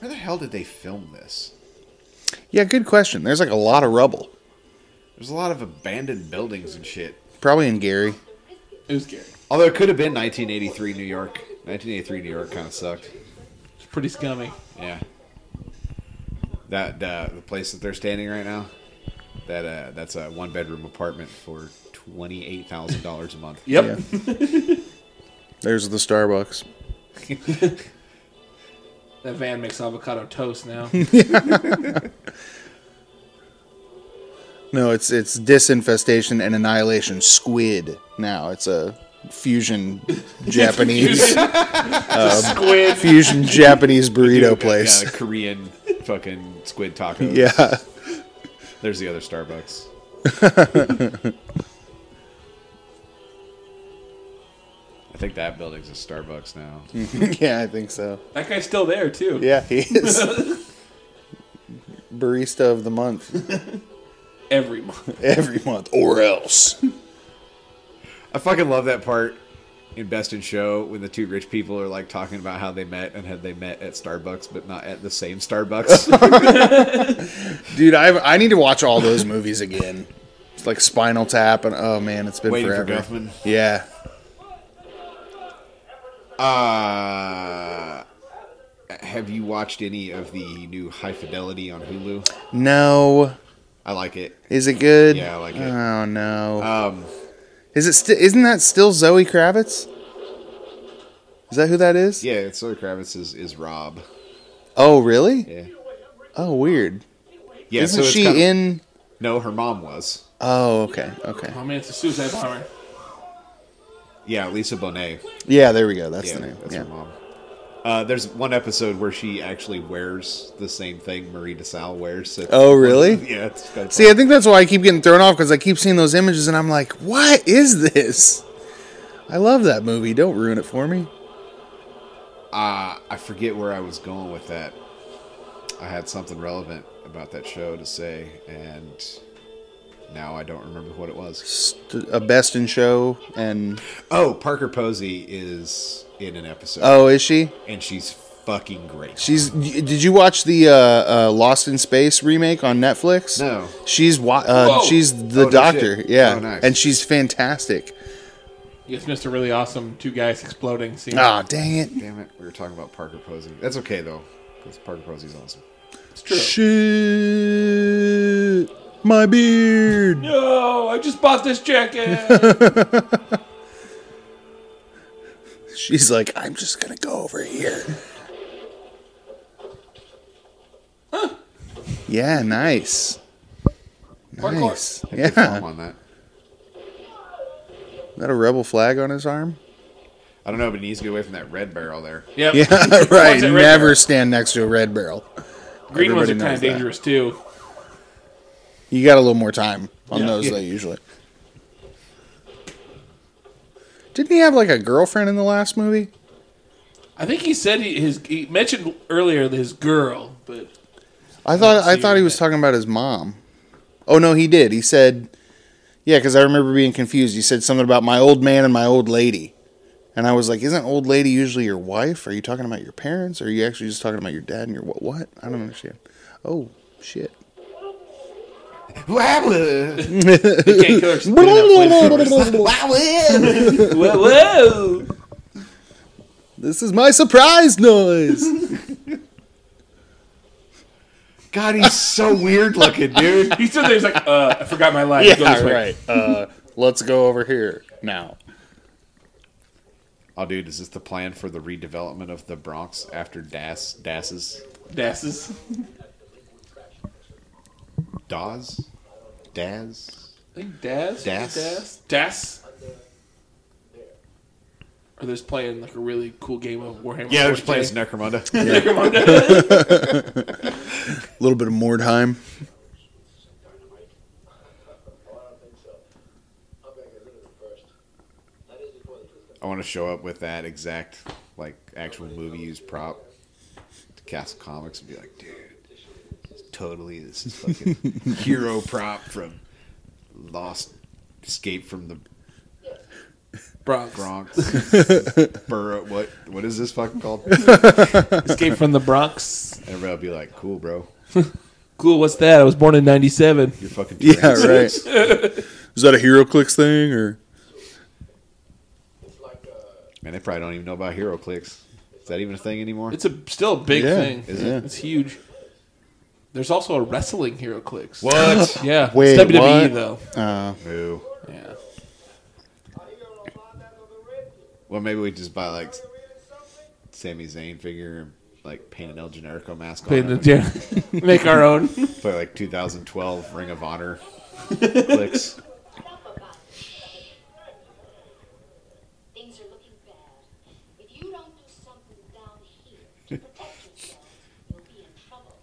Speaker 3: Where the hell did they film this?
Speaker 5: Yeah, good question. There's like a lot of rubble.
Speaker 3: There's a lot of abandoned buildings and shit.
Speaker 5: Probably in Gary.
Speaker 4: It was scary.
Speaker 3: Although it could have been 1983 New York. 1983 New York kind of sucked.
Speaker 4: It's pretty scummy.
Speaker 3: Yeah. That uh, the place that they're standing right now. That uh, that's a one bedroom apartment for twenty eight thousand dollars a month.
Speaker 4: Yep.
Speaker 5: There's the Starbucks.
Speaker 4: That van makes avocado toast now.
Speaker 5: No, it's it's disinfestation and annihilation squid. Now it's a fusion Japanese
Speaker 4: Squid.
Speaker 5: fusion Japanese burrito
Speaker 3: Yeah,
Speaker 5: place.
Speaker 3: the Korean fucking squid tacos.
Speaker 5: Yeah.
Speaker 3: There's the other Starbucks. I think that building's a Starbucks now.
Speaker 5: yeah, I think so.
Speaker 4: That guy's still there too.
Speaker 5: Yeah, he is barista of the month
Speaker 4: Every month.
Speaker 5: every month, or else.
Speaker 3: I fucking love that part in Best in Show when the two rich people are like talking about how they met and had they met at Starbucks but not at the same Starbucks.
Speaker 5: Dude, I I need to watch all those movies again. It's like Spinal Tap, and oh man, it's been
Speaker 3: Waiting for
Speaker 5: forever.
Speaker 3: Guffman.
Speaker 5: yeah,
Speaker 3: Uh, have you watched any of the new High Fidelity on Hulu?
Speaker 5: no,
Speaker 3: I like it.
Speaker 5: is it good?
Speaker 3: Yeah, I like it.
Speaker 5: Oh no,
Speaker 3: Um,
Speaker 5: is it? St- isn't that still Zoe Kravitz? Is that who that is?
Speaker 3: yeah, it's Zoe Kravitz is, is Rob.
Speaker 5: Oh really?
Speaker 3: Yeah,
Speaker 5: Oh weird.
Speaker 3: yeah.
Speaker 5: isn't
Speaker 3: it's
Speaker 5: she
Speaker 3: kinda-
Speaker 5: in?
Speaker 3: No, her mom was.
Speaker 5: Oh okay, okay.
Speaker 4: Oh man, it's a suicide bomber.
Speaker 3: Yeah, Lisa Bonet.
Speaker 5: Yeah, there we go. That's
Speaker 3: Yeah,
Speaker 5: the name.
Speaker 3: that's
Speaker 5: yeah.
Speaker 3: her mom. Uh, there's one episode where she actually wears the same thing Marie DeSalle wears. So
Speaker 5: Oh really?
Speaker 3: yeah, it's kind of
Speaker 5: See, I think that's why I keep getting thrown off because I keep seeing those images and I'm like, what is this? I love that movie. Don't ruin it for me.
Speaker 3: uh, I forget where I was going with that. I had something relevant about that show to say, and now I don't remember what it was.
Speaker 5: St- a best in show and
Speaker 3: Oh, Parker Posey is in an episode,
Speaker 5: oh, is she?
Speaker 3: and she's fucking great.
Speaker 5: She's. y- Did you watch the uh, uh, Lost in Space remake on Netflix?
Speaker 3: No.
Speaker 5: She's wa- uh,
Speaker 4: Whoa.
Speaker 5: she's
Speaker 3: Oh,
Speaker 5: the
Speaker 3: no
Speaker 5: doctor.
Speaker 3: shit.
Speaker 5: Yeah,
Speaker 3: Oh, nice.
Speaker 5: and she's fantastic.
Speaker 4: You guys missed a really awesome two guys exploding scene.
Speaker 5: Ah, dang it.
Speaker 3: Damn it, we were talking about Parker Posey. That's okay though, because Parker Posey's awesome.
Speaker 4: It's true.
Speaker 5: Shit, my beard.
Speaker 4: No, Oh, I just bought this jacket.
Speaker 5: She's like, I'm just gonna go over here. yeah, nice.
Speaker 4: Parkour.
Speaker 5: Nice.
Speaker 3: I did
Speaker 5: Yeah.
Speaker 3: film on that.
Speaker 5: That a rebel flag on his arm?
Speaker 3: I don't know, but he needs to get away from that red barrel there.
Speaker 4: Yep.
Speaker 5: Yeah, right.
Speaker 4: What's that red
Speaker 5: Never
Speaker 4: barrel?
Speaker 5: stand next to a red barrel.
Speaker 4: Green ones are
Speaker 5: everybody
Speaker 4: kind
Speaker 5: knows
Speaker 4: of
Speaker 5: that.
Speaker 4: dangerous too.
Speaker 5: You got a little more time on
Speaker 4: Yeah.
Speaker 5: those
Speaker 4: Yeah.
Speaker 5: though usually. Didn't he have like a girlfriend in the last movie?
Speaker 4: I think he said he, his he mentioned earlier his girl, but
Speaker 5: I thought
Speaker 4: see
Speaker 5: I thought he
Speaker 4: her
Speaker 5: was
Speaker 4: yet.
Speaker 5: talking about his mom. Oh no, he did. He said, "Yeah," because I remember being confused. He said something about my old man and my old lady, and I was like, "Isn't old lady usually your wife? Are you talking about your parents? Or are you actually just talking about your dad and your what? What? I don't understand." Oh shit!
Speaker 4: he can't kill her. she's putting out flamethrowers. Whoa, whoa.
Speaker 5: this is my surprise noise.
Speaker 3: God, he's so weird looking, dude.
Speaker 4: He stood there. He's like, uh, I forgot my life. Go this
Speaker 5: yeah,
Speaker 4: way.
Speaker 5: right. Uh, let's go over here now.
Speaker 3: Oh, dude, is this the plan for the redevelopment of the Bronx after Das Das's
Speaker 4: Dasses.
Speaker 3: Dawes Daz?
Speaker 4: I think Das.
Speaker 3: Das.
Speaker 4: Das. Das. Or there's playing like a really cool game of Warhammer.
Speaker 3: Yeah, there's
Speaker 4: 40K.
Speaker 3: playing Necromunda.
Speaker 5: A little bit of Mordheim.
Speaker 8: Oh, I don't think so. I'm gonna get rid of it first. That is before the truth comes.
Speaker 3: I want to show up with that exact, like, actual movie used prop to Castle Comics and be like, dude, this is totally this is fucking hero prop from Lost Escape from the
Speaker 4: Bronx.
Speaker 3: Bronx. Burrow, what what is this fucking called?
Speaker 4: Escape from the Bronx.
Speaker 3: Everybody will be like, cool, bro.
Speaker 4: Cool. What's that? I was born in '97.
Speaker 3: You're fucking
Speaker 5: Yeah, right. Is that a HeroClix thing or?
Speaker 8: It's like, uh,
Speaker 3: Man, they probably don't even know about hero clicks. Is that even a thing anymore?
Speaker 4: It's a still a big
Speaker 5: Yeah,
Speaker 4: thing.
Speaker 5: is it?
Speaker 4: It's huge. There's also a wrestling hero clicks.
Speaker 3: what?
Speaker 4: Yeah.
Speaker 5: Wait,
Speaker 4: it's WWE
Speaker 5: what?
Speaker 4: though.
Speaker 5: Uh,
Speaker 3: Ooh.
Speaker 4: Yeah.
Speaker 8: I hear a lot that on the red.
Speaker 3: Well, maybe we just buy like
Speaker 8: You're reading
Speaker 3: Sami
Speaker 8: something?
Speaker 3: Zayn figure, and, like paint an El Generico mask on,
Speaker 4: Playing
Speaker 3: it.
Speaker 4: the- yeah. Make our own.
Speaker 3: play like 2012 Ring of Honor clicks.
Speaker 9: Stop about it. Things are looking bad. If you don't do something down here to protect yourself, you'll be in trouble.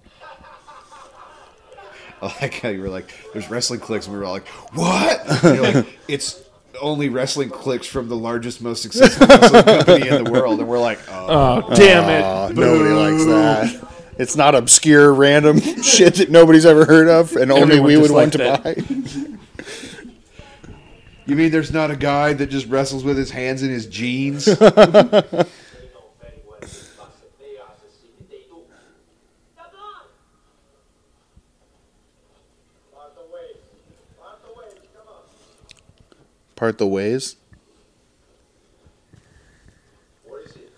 Speaker 3: I like how you were like, "There's wrestling clicks," and we were all like, "What?" And you're like, it's only wrestling clicks from the largest, most successful wrestling company in the world, and we're like, "Oh,
Speaker 4: Oh damn it!
Speaker 5: aw, nobody likes that. It's not obscure, random shit that nobody's ever heard of, and only
Speaker 4: Everyone
Speaker 5: we would want
Speaker 4: disliked
Speaker 5: to
Speaker 4: that.
Speaker 5: buy.
Speaker 3: you mean there's not a guy that just wrestles with his hands in his jeans?"
Speaker 8: They know very well there's lots of chaos to see that they do. Come on! Part the ways. Part the ways. Come on.
Speaker 5: Part the ways.
Speaker 8: What is it?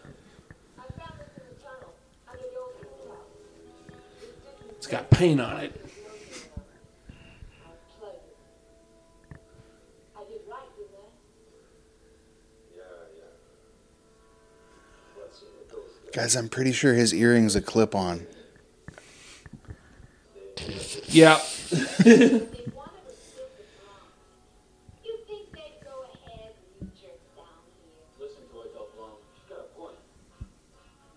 Speaker 9: I found this in the tunnel under the old people's house. It didn't
Speaker 4: It's got paint on it.
Speaker 9: unplug it. I did right, didn't I?
Speaker 8: Yeah, yeah. What's in it? Those
Speaker 5: Guys, I'm pretty sure his earring's a clip on.
Speaker 4: Yeah.
Speaker 9: They want to rebuild the Bronx. You think they'd go ahead and you jerk down here?
Speaker 8: Listen to her, Del Blum. She's got a point.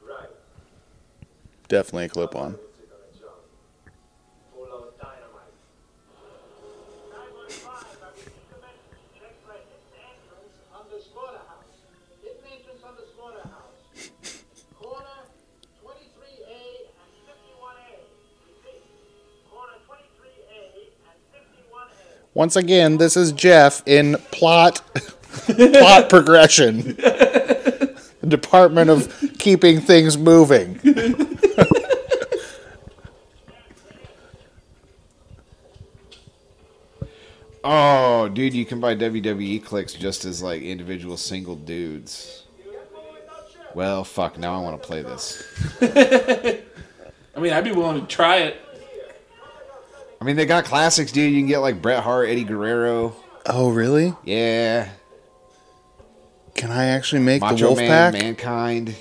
Speaker 8: Right.
Speaker 5: Definitely a clip on.
Speaker 8: It's a good job. Full of dynamite. On the slaughterhouse. Hidden entrance on the slaughterhouse. Corner 23A and 51A. Repeat. Corner 23A and 51A.
Speaker 5: Once again, this is Jeff in plot plot progression. the Department of Keeping Things Moving.
Speaker 3: Oh, dude, you can buy WWE clicks just as like individual single dudes. Well, fuck. Now I want to play this.
Speaker 4: I mean, I'd be willing to try it.
Speaker 3: I mean, they got classics, dude. You can get like Bret Hart, Eddie Guerrero.
Speaker 5: Oh, really?
Speaker 3: Yeah,
Speaker 5: Can I actually make
Speaker 3: Macho
Speaker 5: the
Speaker 3: Man,
Speaker 5: Wolfpack?
Speaker 3: Mankind.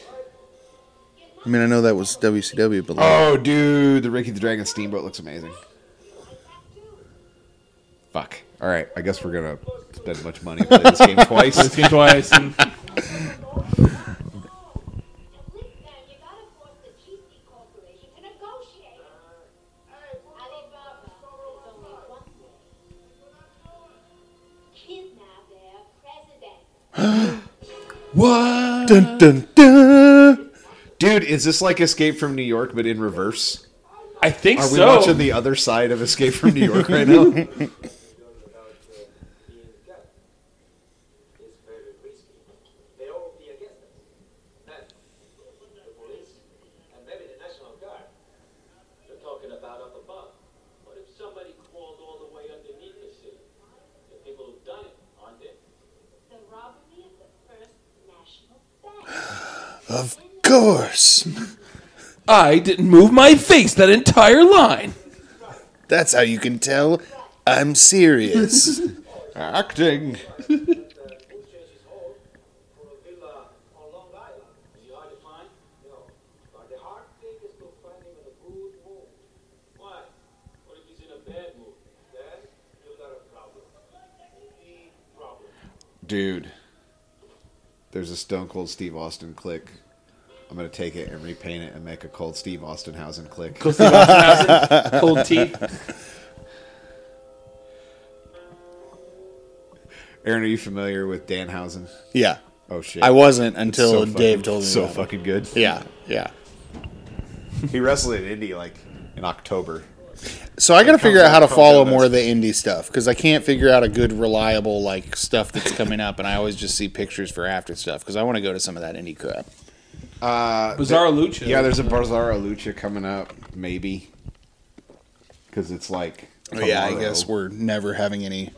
Speaker 5: I mean, I know that was WCW, but like,
Speaker 3: Oh, dude, the Ricky the Dragon Steamboat looks amazing. Fuck. All right, I guess we're gonna spend much money and play this game
Speaker 4: Let's
Speaker 3: twice.
Speaker 4: get twice. And
Speaker 9: At least then you gotta force the GC Corporation to negotiate. Alibaba is only one way. Kidnap their president.
Speaker 4: what?
Speaker 5: dun, dun, dun.
Speaker 3: Dude, is this like Escape from New York but in reverse?
Speaker 4: I think
Speaker 3: Are we
Speaker 4: so.
Speaker 3: watching the other side of Escape from New York right now?
Speaker 8: without uh, being together. It's very risky. They all be against us. That, the police, and maybe the National Guard. They're talking about up above. What if somebody crawled all the way underneath the city? The people who've done it, aren't they?
Speaker 9: The robbery of the First National Bank.
Speaker 5: Of course.
Speaker 4: I didn't move my face that entire line.
Speaker 5: That's how you can tell I'm serious.
Speaker 3: Acting.
Speaker 8: Who changes home for a villa
Speaker 3: Dude, there's a Stone Cold Steve Austin click. I'm gonna take it and repaint it and make a Cold Steve Austin Housen click.
Speaker 4: Cold Steve Austin, cold teeth.
Speaker 3: Aaron, are you familiar with Dan Housen?
Speaker 5: Yeah.
Speaker 3: Oh shit!
Speaker 5: I wasn't
Speaker 3: It's
Speaker 5: until
Speaker 3: so fucking-
Speaker 5: Dave told me.
Speaker 3: So
Speaker 5: about it.
Speaker 3: fucking good.
Speaker 5: Yeah. Yeah.
Speaker 3: He wrestled in Indy like in October.
Speaker 5: So I got to figure out how to
Speaker 3: Come
Speaker 5: follow
Speaker 3: down
Speaker 5: more
Speaker 3: this.
Speaker 5: of the indie stuff because I can't figure out a good, reliable like stuff that's coming up, and I always just see pictures for after stuff because I want to go to some of that indie crap.
Speaker 3: Uh,
Speaker 4: Bizarro Lucha.
Speaker 3: Yeah, there's a Barzara Lucha coming up, maybe. Because it's like.
Speaker 5: Oh, yeah, I
Speaker 3: tomorrow.
Speaker 5: guess we're never having any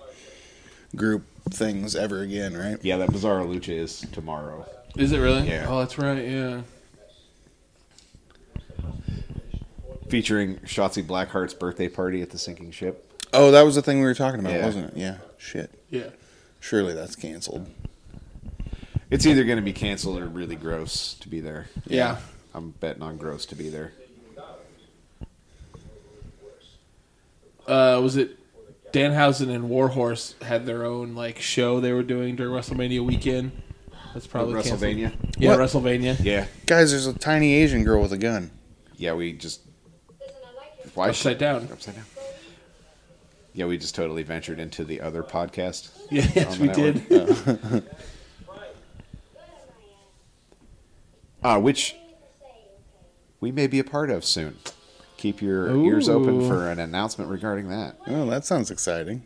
Speaker 5: group things ever again, right?
Speaker 3: Yeah, that Bizarro Lucha is tomorrow.
Speaker 4: Is it really?
Speaker 3: Yeah.
Speaker 4: Oh, that's right. Yeah.
Speaker 3: Featuring Shotzi Blackheart's birthday party at the sinking ship.
Speaker 5: Oh, that was the thing we were talking about,
Speaker 3: Yeah.
Speaker 5: wasn't it? Yeah. Shit.
Speaker 4: Yeah.
Speaker 5: Surely that's canceled.
Speaker 3: It's either going to be canceled or really gross to be there.
Speaker 4: Yeah.
Speaker 3: I'm betting on gross to be there.
Speaker 4: Uh, was it Danhausen and Warhorse had their own like show they were doing during WrestleMania weekend? That's probably Oh, canceled.
Speaker 3: WrestleMania?
Speaker 4: Yeah,
Speaker 5: What?
Speaker 4: WrestleMania.
Speaker 3: Yeah.
Speaker 5: Guys, there's a tiny Asian girl with a gun.
Speaker 3: Yeah, we just.
Speaker 9: Listen, I like your
Speaker 3: Why
Speaker 4: Upside
Speaker 3: should
Speaker 4: down.
Speaker 3: Upside down. Yeah, we just totally ventured into the other podcast.
Speaker 4: Yeah, yes,
Speaker 3: On
Speaker 4: we
Speaker 3: that
Speaker 4: did.
Speaker 3: Uh, which we may be a part of soon. Keep your ears open
Speaker 4: Ooh.
Speaker 3: for an announcement regarding that.
Speaker 5: Oh, that sounds exciting.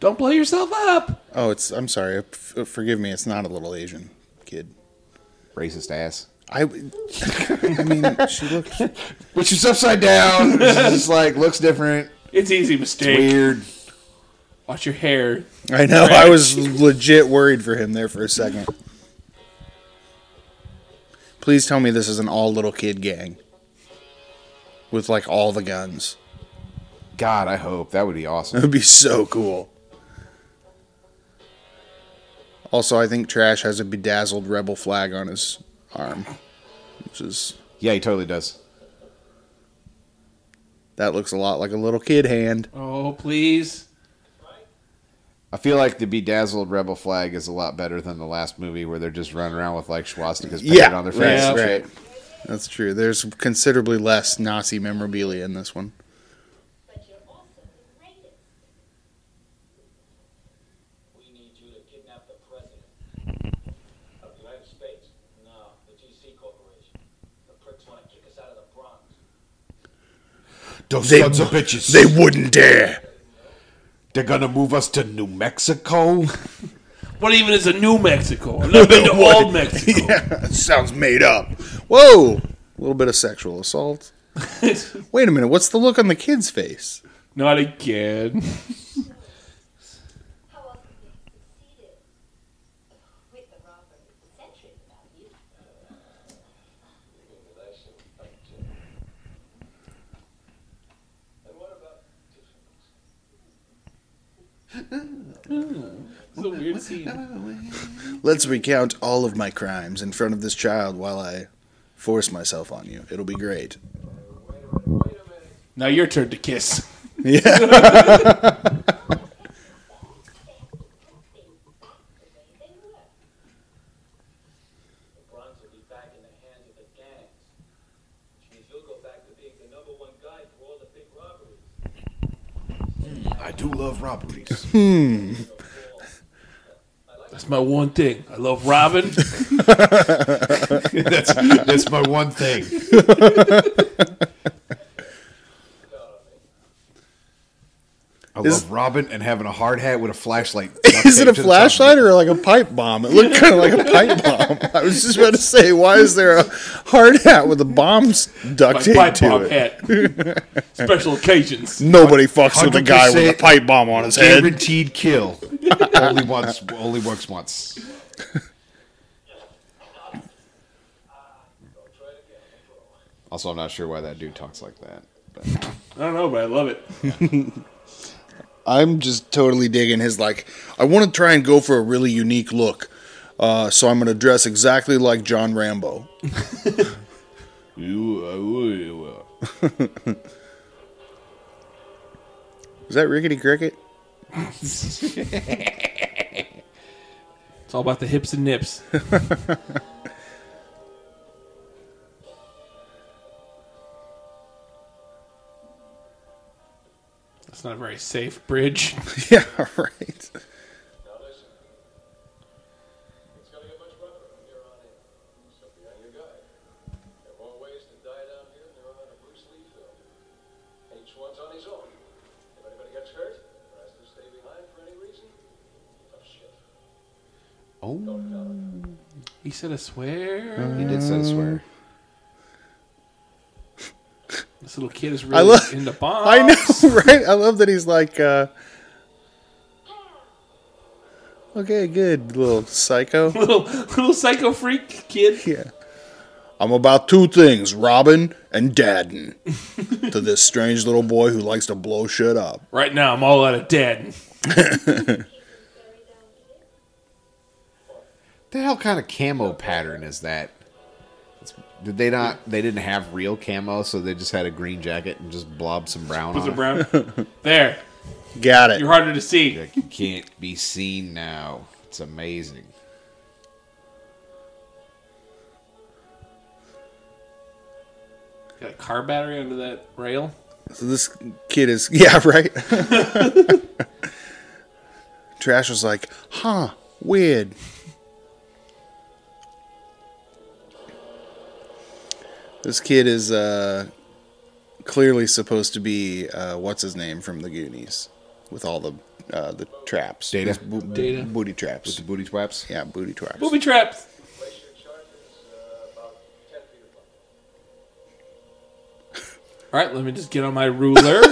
Speaker 4: Don't blow yourself up.
Speaker 5: Oh, it's. I'm sorry. F- forgive me. It's not a little Asian kid.
Speaker 3: Racist ass.
Speaker 5: I. w- I mean, she looked.
Speaker 3: Which is upside down. It's just like looks different.
Speaker 4: It's easy
Speaker 3: It's
Speaker 4: mistake.
Speaker 3: weird.
Speaker 4: Watch your hair.
Speaker 5: I know. I was legit worried for him there for a second. Please tell me this is an all little kid gang with like all the guns.
Speaker 3: God, I hope that would be
Speaker 5: It
Speaker 3: awesome.
Speaker 5: would be so cool. Also, I think Trash has a bedazzled rebel flag on his arm, which is
Speaker 3: Yeah, he totally does.
Speaker 5: that looks a lot like a little kid hand.
Speaker 4: Oh, please.
Speaker 3: I feel like the bedazzled rebel flag is a lot better than the last movie where they're just running around with like swastikas painted
Speaker 5: Yeah,
Speaker 3: on their
Speaker 5: right,
Speaker 3: faces. and
Speaker 5: right.
Speaker 3: shit.
Speaker 5: That's true. There's considerably less Nazi memorabilia in this one.
Speaker 9: but you're also the greatest.
Speaker 8: We need you to kidnap the president of the United States. No, the GC Corporation. The pricks want to kick us out of the Bronx.
Speaker 3: Those
Speaker 5: They-
Speaker 3: sons of bitches.
Speaker 5: They wouldn't dare.
Speaker 3: They're gonna move us to New Mexico.
Speaker 4: What even is a New Mexico? I've never been to Old Mexico.
Speaker 5: That sounds made up. Whoa! A little bit of sexual assault. Wait a minute. What's the look on the kid's face?
Speaker 4: Not again.
Speaker 9: How else could they have succeeded with the robbery? Centuries about you.
Speaker 4: It's a weird scene.
Speaker 5: Let's recount all of my crimes in front of this child while I force myself on you. It'll be great.
Speaker 4: Now your turn to kiss.
Speaker 5: Yeah.
Speaker 8: The Bronx will be back in the hands of the gangs. Which means you'll go back to being the number one guy for all the big robberies.
Speaker 3: I do love robberies.
Speaker 4: That's my one thing. I love Robin.
Speaker 3: that's that's my one thing. I
Speaker 5: Is-
Speaker 3: love Robin and having a hard hat with a flashlight.
Speaker 5: Is it a flashlight or like a pipe bomb? It looked kind of like a pipe bomb. I was just about to say, why is there a hard hat with a bomb s-
Speaker 4: my
Speaker 5: duct
Speaker 4: pipe
Speaker 5: taped
Speaker 4: bomb
Speaker 5: to it?
Speaker 4: hat. Special occasions.
Speaker 5: Nobody fucks with a guy with a
Speaker 3: 100%
Speaker 5: pipe bomb on his head.
Speaker 3: Guaranteed kill. only once. Only works once. Also, I'm not sure why that dude talks like that. But
Speaker 4: I don't know, but I love it.
Speaker 5: I'm just totally digging his like. I want to try and go for a really unique look, uh, so I'm gonna dress exactly like John Rambo. Is that rickety cricket?
Speaker 4: It's all about the hips and nips. That's not a very safe bridge.
Speaker 5: yeah, right.
Speaker 8: Now listen. It's gonna get much rougher from here on in. So be on your guard. There are more ways to die down here than there are in a Bruce Lee film. And each one's on his own. If anybody gets hurt, or has to stay behind for any reason, tough shit.
Speaker 4: He said a swear.
Speaker 3: Uh, He did say swear.
Speaker 4: This little kid is really
Speaker 5: love-
Speaker 4: into bombs.
Speaker 5: I know, right? I love that he's like, uh, okay, good, little psycho.
Speaker 4: little little psycho freak kid.
Speaker 5: Yeah. I'm about two things, Robin and Dadden. to this strange little boy who likes to blow shit up.
Speaker 4: Right now, I'm all out of dead.
Speaker 3: The hell kind of camo pattern is that? It's, did they not? They didn't have real camo, so they just had a green jacket and just blob some brown
Speaker 4: Was
Speaker 3: on
Speaker 4: it
Speaker 3: it.
Speaker 4: brown? there,
Speaker 5: Got
Speaker 4: you're
Speaker 5: it.
Speaker 4: harder to see.
Speaker 3: Like, you can't be seen now. It's amazing.
Speaker 4: Got a car battery under that rail.
Speaker 5: So this kid is, yeah, right? Trash was like, huh, weird. This kid is uh, clearly supposed to be, uh, what's his name from the Goonies? With all the uh, the traps.
Speaker 3: Data.
Speaker 5: His bo-
Speaker 4: Data.
Speaker 5: Booty traps.
Speaker 3: With the booty twaps.
Speaker 5: Yeah, booty traps.
Speaker 4: Booby traps.
Speaker 8: Glacier charges uh, about 10 feet apart.
Speaker 4: All right, let me just get on my ruler.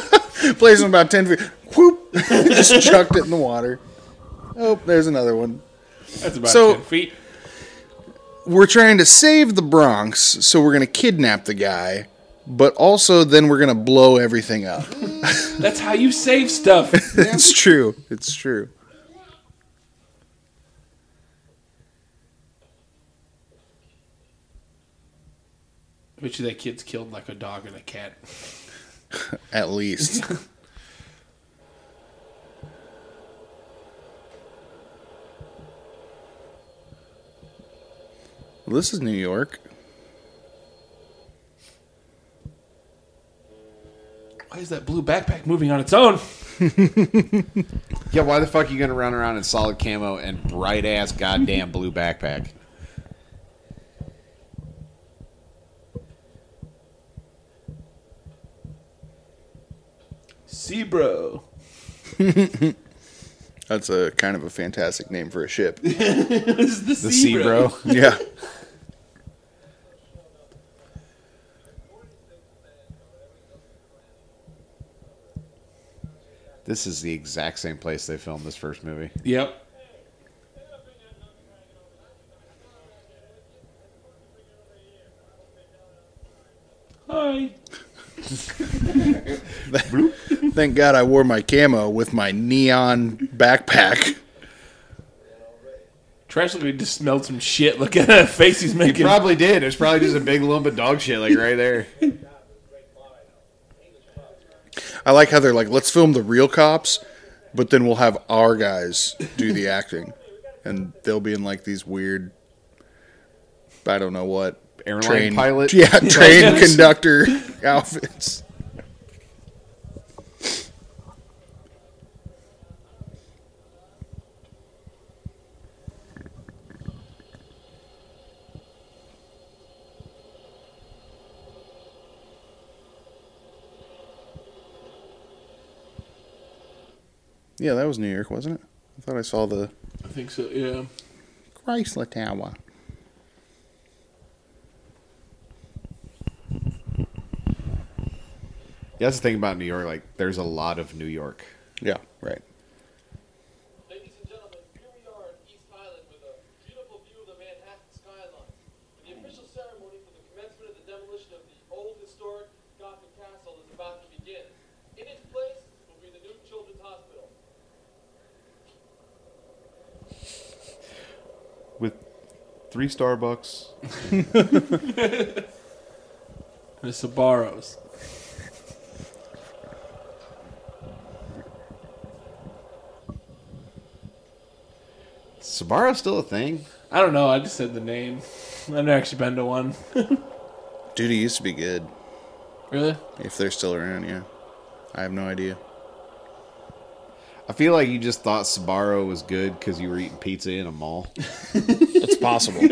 Speaker 5: Plays them about ten feet. Whoop! Just chucked it in the water. Oh, there's another one.
Speaker 4: That's about
Speaker 5: So-
Speaker 4: ten feet.
Speaker 5: We're trying to save the Bronx, so we're gonna kidnap the guy, but also then we're gonna blow everything up.
Speaker 4: That's how you save stuff.
Speaker 5: it's true. It's true.
Speaker 4: I bet you that kid's killed like a dog and a cat.
Speaker 5: At least. Well, this is New York.
Speaker 4: Why is that blue backpack moving on its own?
Speaker 3: Yeah, why the fuck are you gonna run around in solid camo and bright ass goddamn blue backpack?
Speaker 4: Zebro.
Speaker 5: That's a kind of a fantastic name for a ship.
Speaker 4: this is the,
Speaker 3: The sea
Speaker 4: zebra.
Speaker 3: bro.
Speaker 5: yeah.
Speaker 3: This is the exact same place they filmed this first movie.
Speaker 4: Yep. Hi.
Speaker 5: Thank God I wore my camo with my neon backpack.
Speaker 4: Trash looked like he just smelled some shit. Look at that face he's
Speaker 3: He
Speaker 4: making.
Speaker 3: probably did. It's probably just a big lump of dog shit, like right there.
Speaker 5: I like how they're like, let's film the real cops, but then we'll have our guys do the acting. And they'll be in like these weird, I don't know what.
Speaker 3: Airline pilot?
Speaker 5: Yeah, train conductor outfits. Yeah, that was New York, wasn't it? I thought I saw the
Speaker 4: I think so. Yeah.
Speaker 5: Chrysler Tower.
Speaker 3: Yeah, that's the thing about New York. Like, there's a lot of New York.
Speaker 5: Yeah, right.
Speaker 6: Ladies and gentlemen, here we are in East Island with a beautiful view of the Manhattan skyline. And the official ceremony for the commencement of the demolition of the old historic Gothic castle is about to begin. In its place will be the new Children's Hospital.
Speaker 3: With three Starbucks.
Speaker 4: And the Sabaros.
Speaker 3: It's Sabaro still a thing?
Speaker 4: I don't know. I just said the name. I've never actually been to one.
Speaker 5: Dude, it used to be good.
Speaker 4: really?
Speaker 5: If they're still around, yeah. I have no idea.
Speaker 3: I feel like you just thought Sabaro was good because you were eating pizza in a mall.
Speaker 5: It's possible.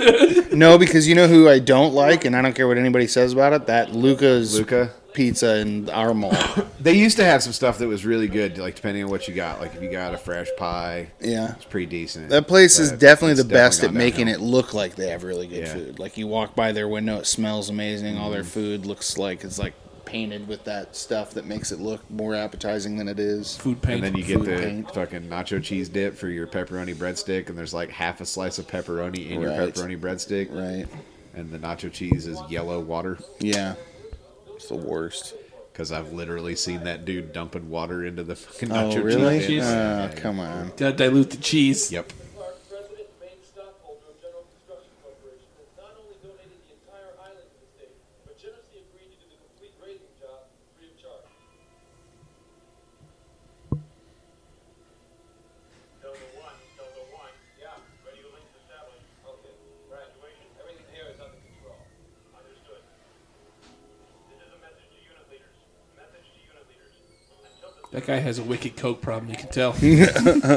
Speaker 5: no, because you know who I don't like, and I don't care what anybody says about it. That Luca's
Speaker 3: Luca?
Speaker 5: pizza in our mall.
Speaker 3: They used to have some stuff that was really good, like depending on what you got. Like if you got a fresh pie,
Speaker 5: yeah,
Speaker 3: it's pretty decent.
Speaker 5: that place is
Speaker 3: But
Speaker 5: definitely
Speaker 3: it's
Speaker 5: the best at
Speaker 3: gone
Speaker 5: making
Speaker 3: downhill.
Speaker 5: it look like they have really good
Speaker 3: Yeah. Mm-hmm.
Speaker 5: food. Like you walk by their window, it smells amazing. All their food looks like it's like painted with that stuff that makes it look more appetizing than it is.
Speaker 4: Food paint.
Speaker 3: And then you get
Speaker 5: Food
Speaker 3: the
Speaker 5: paint.
Speaker 3: fucking nacho cheese dip for your pepperoni breadstick, and there's like half a slice of pepperoni in your
Speaker 5: Right.
Speaker 3: pepperoni breadstick,
Speaker 5: Right?
Speaker 3: and the nacho cheese is yellow water.
Speaker 5: Yeah. It's the worst.
Speaker 3: Because I've literally seen that dude dumping water into the fucking
Speaker 5: Oh,
Speaker 3: nacho cheese.
Speaker 5: really?
Speaker 3: dip.
Speaker 5: Oh, come on.
Speaker 4: Gotta dilute the cheese.
Speaker 3: Yep.
Speaker 6: Clark, president and main stockholder of General Construction Corporation, has not only donated the entire island to the state, but generously agreed to do the complete raising job free of charge. Delta One, Delta One. Yeah. Radio links established. Okay. Graduation. Everything here is under control. Understood. This is a message to unit leaders. Message to unit leaders. Until the
Speaker 4: That guy has a wicked coke problem. You can tell.
Speaker 6: clear of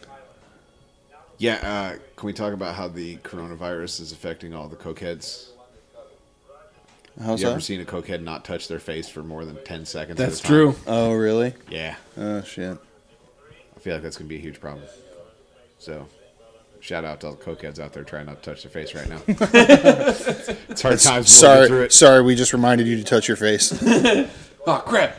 Speaker 6: the island.
Speaker 3: Yeah. Uh, can we talk about how the coronavirus is affecting all the cokeheads?
Speaker 5: How's
Speaker 3: You ever
Speaker 5: that?
Speaker 3: seen a cokehead not touch their face for more than ten seconds? at a
Speaker 4: That's
Speaker 3: time?
Speaker 4: true.
Speaker 5: Oh, really?
Speaker 3: Yeah.
Speaker 5: Oh, shit.
Speaker 3: I feel like that's gonna be a huge problem. So, shout out to all the cokeheads out there trying not to touch their face right now. it's hard times. we'll get through
Speaker 5: Sorry,
Speaker 3: it.
Speaker 5: sorry. We just reminded you to touch your face.
Speaker 4: Oh crap!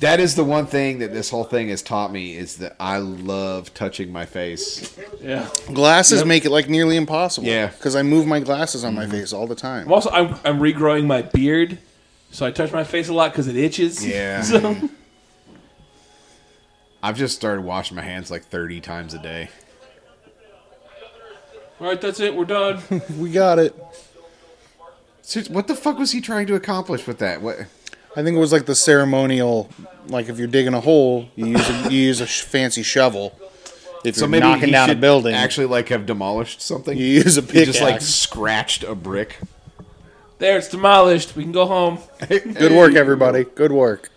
Speaker 3: That is the one thing that this whole thing has taught me is that I love touching my face.
Speaker 4: Yeah.
Speaker 5: Glasses make it like nearly impossible.
Speaker 3: Yeah.
Speaker 5: because I move my glasses on my
Speaker 3: Mm-hmm.
Speaker 5: face all the time.
Speaker 4: I'm also I'm I'm regrowing my beard, so I touch my face a lot because it itches.
Speaker 3: Yeah.
Speaker 4: So
Speaker 3: I've just started washing my hands like 30 times a day.
Speaker 4: all right, that's it. We're done.
Speaker 5: We got it.
Speaker 3: Seriously, what the fuck was he trying to accomplish with that? What?
Speaker 5: I think it was like the ceremonial, like if you're digging a hole, you use a, you use a sh- fancy shovel. If you're knocking
Speaker 3: he
Speaker 5: down a
Speaker 3: should
Speaker 5: building,
Speaker 3: Actually, like have demolished something.
Speaker 5: you use a
Speaker 3: he
Speaker 5: pickaxe.
Speaker 3: just like scratched a brick.
Speaker 4: there, it's demolished. We can go home.
Speaker 5: Good work, everybody. Good work.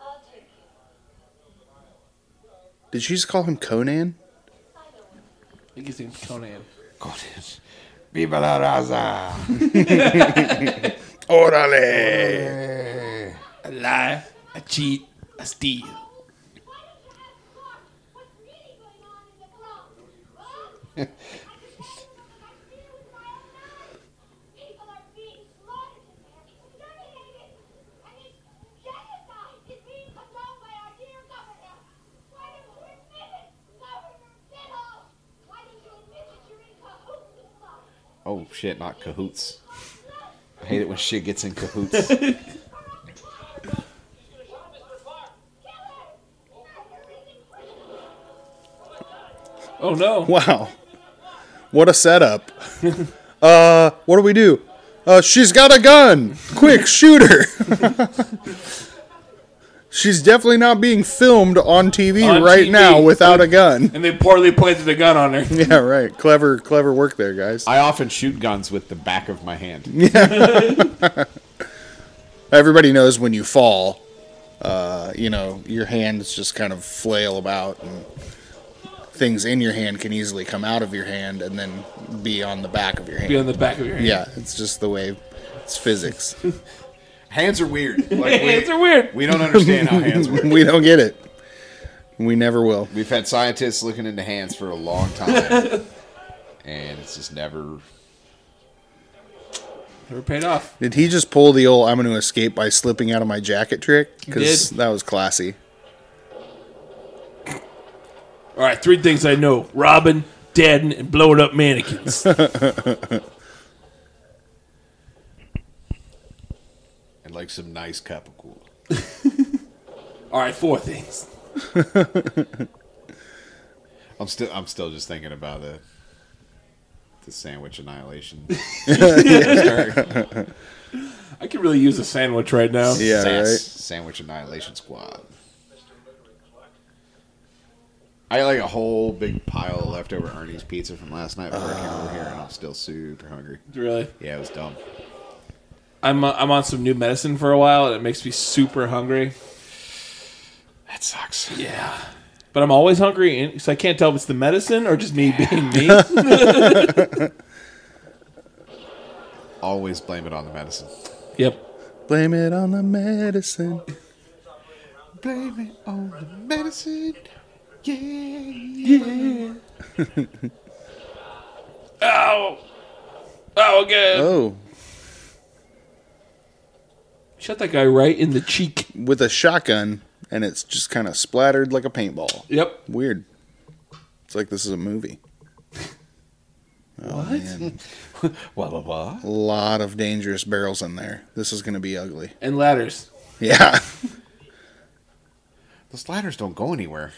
Speaker 9: I'll take you.
Speaker 5: Did she just call him Conan?
Speaker 4: I think his name's Conan.
Speaker 3: Viva la raza!
Speaker 5: Orale!
Speaker 4: I lie. I cheat. I steal.
Speaker 9: Why don't you ask Clark what's really going on in the Bronx? Huh? I can tell you because I've seen it with my own eyes. People are being slaughtered in there, exterminated. And it's genocide. It's being condoned by our dear governor. Why don't you admit it, Governor Biddle? Why don't you admit that you're in cahoots with Clark?
Speaker 3: Oh shit! Not cahoots. I hate it when shit gets in cahoots.
Speaker 4: Oh no!
Speaker 5: Wow, what a setup. uh, what do we do? Uh, she's got a gun. Quick, shoot her. she's definitely not being filmed on TV
Speaker 4: On
Speaker 5: right
Speaker 4: TV.
Speaker 5: now without a gun.
Speaker 4: And they poorly planted a gun on her.
Speaker 5: Yeah, right. Clever, clever work there, guys.
Speaker 3: I often shoot guns with the back of my hand.
Speaker 5: Everybody knows when you fall, uh, you know, your hands just kind of flail about and things in your hand can easily come out of your hand and then be on the back of your
Speaker 4: Be
Speaker 5: hand.
Speaker 4: on the back of your hand.
Speaker 5: Yeah, it's just the way it's physics.
Speaker 3: Hands are weird. Like, we,
Speaker 4: Hands are weird.
Speaker 3: We don't understand how hands work.
Speaker 5: we don't get it. We never will.
Speaker 3: We've had scientists looking into hands for a long time, and it's just never.
Speaker 4: They were paid off.
Speaker 5: Did he just pull the old I'm going to escape by slipping out of my jacket trick? Because
Speaker 4: did.
Speaker 5: that was classy.
Speaker 4: All right, three things I know: robbing, deading, and blowing up mannequins.
Speaker 3: And like some nice cup of cool.
Speaker 4: All right, four things.
Speaker 3: I'm still. I'm still just thinking about the the sandwich annihilation.
Speaker 4: I could really use a sandwich right now.
Speaker 5: Yeah,
Speaker 3: Sass-
Speaker 5: right?
Speaker 3: Sandwich annihilation squad. I got like a whole big pile of leftover Ernie's pizza from last night before I came over here, and I'm still super hungry.
Speaker 4: Really,
Speaker 3: Yeah, it was dumb.
Speaker 4: I'm uh, I'm on some new medicine for a while, and it makes me super hungry.
Speaker 3: That sucks.
Speaker 4: Yeah. But I'm always hungry, and so I can't tell if it's the medicine or just me being me.
Speaker 3: Always blame it on the medicine.
Speaker 4: yep.
Speaker 5: Blame it on the medicine.
Speaker 3: Blame it on the medicine. Yeah, yeah.
Speaker 4: Ow. Ow again.
Speaker 5: Oh,
Speaker 4: Shut that guy right in the cheek.
Speaker 5: with a shotgun, and it's just kind of splattered like a paintball.
Speaker 4: Yep.
Speaker 5: Weird. It's like this is a movie.
Speaker 4: What?
Speaker 3: Blah blah blah.
Speaker 5: A lot of dangerous barrels in there. This is going to be ugly.
Speaker 4: And ladders.
Speaker 5: Yeah.
Speaker 3: Those ladders don't go anywhere.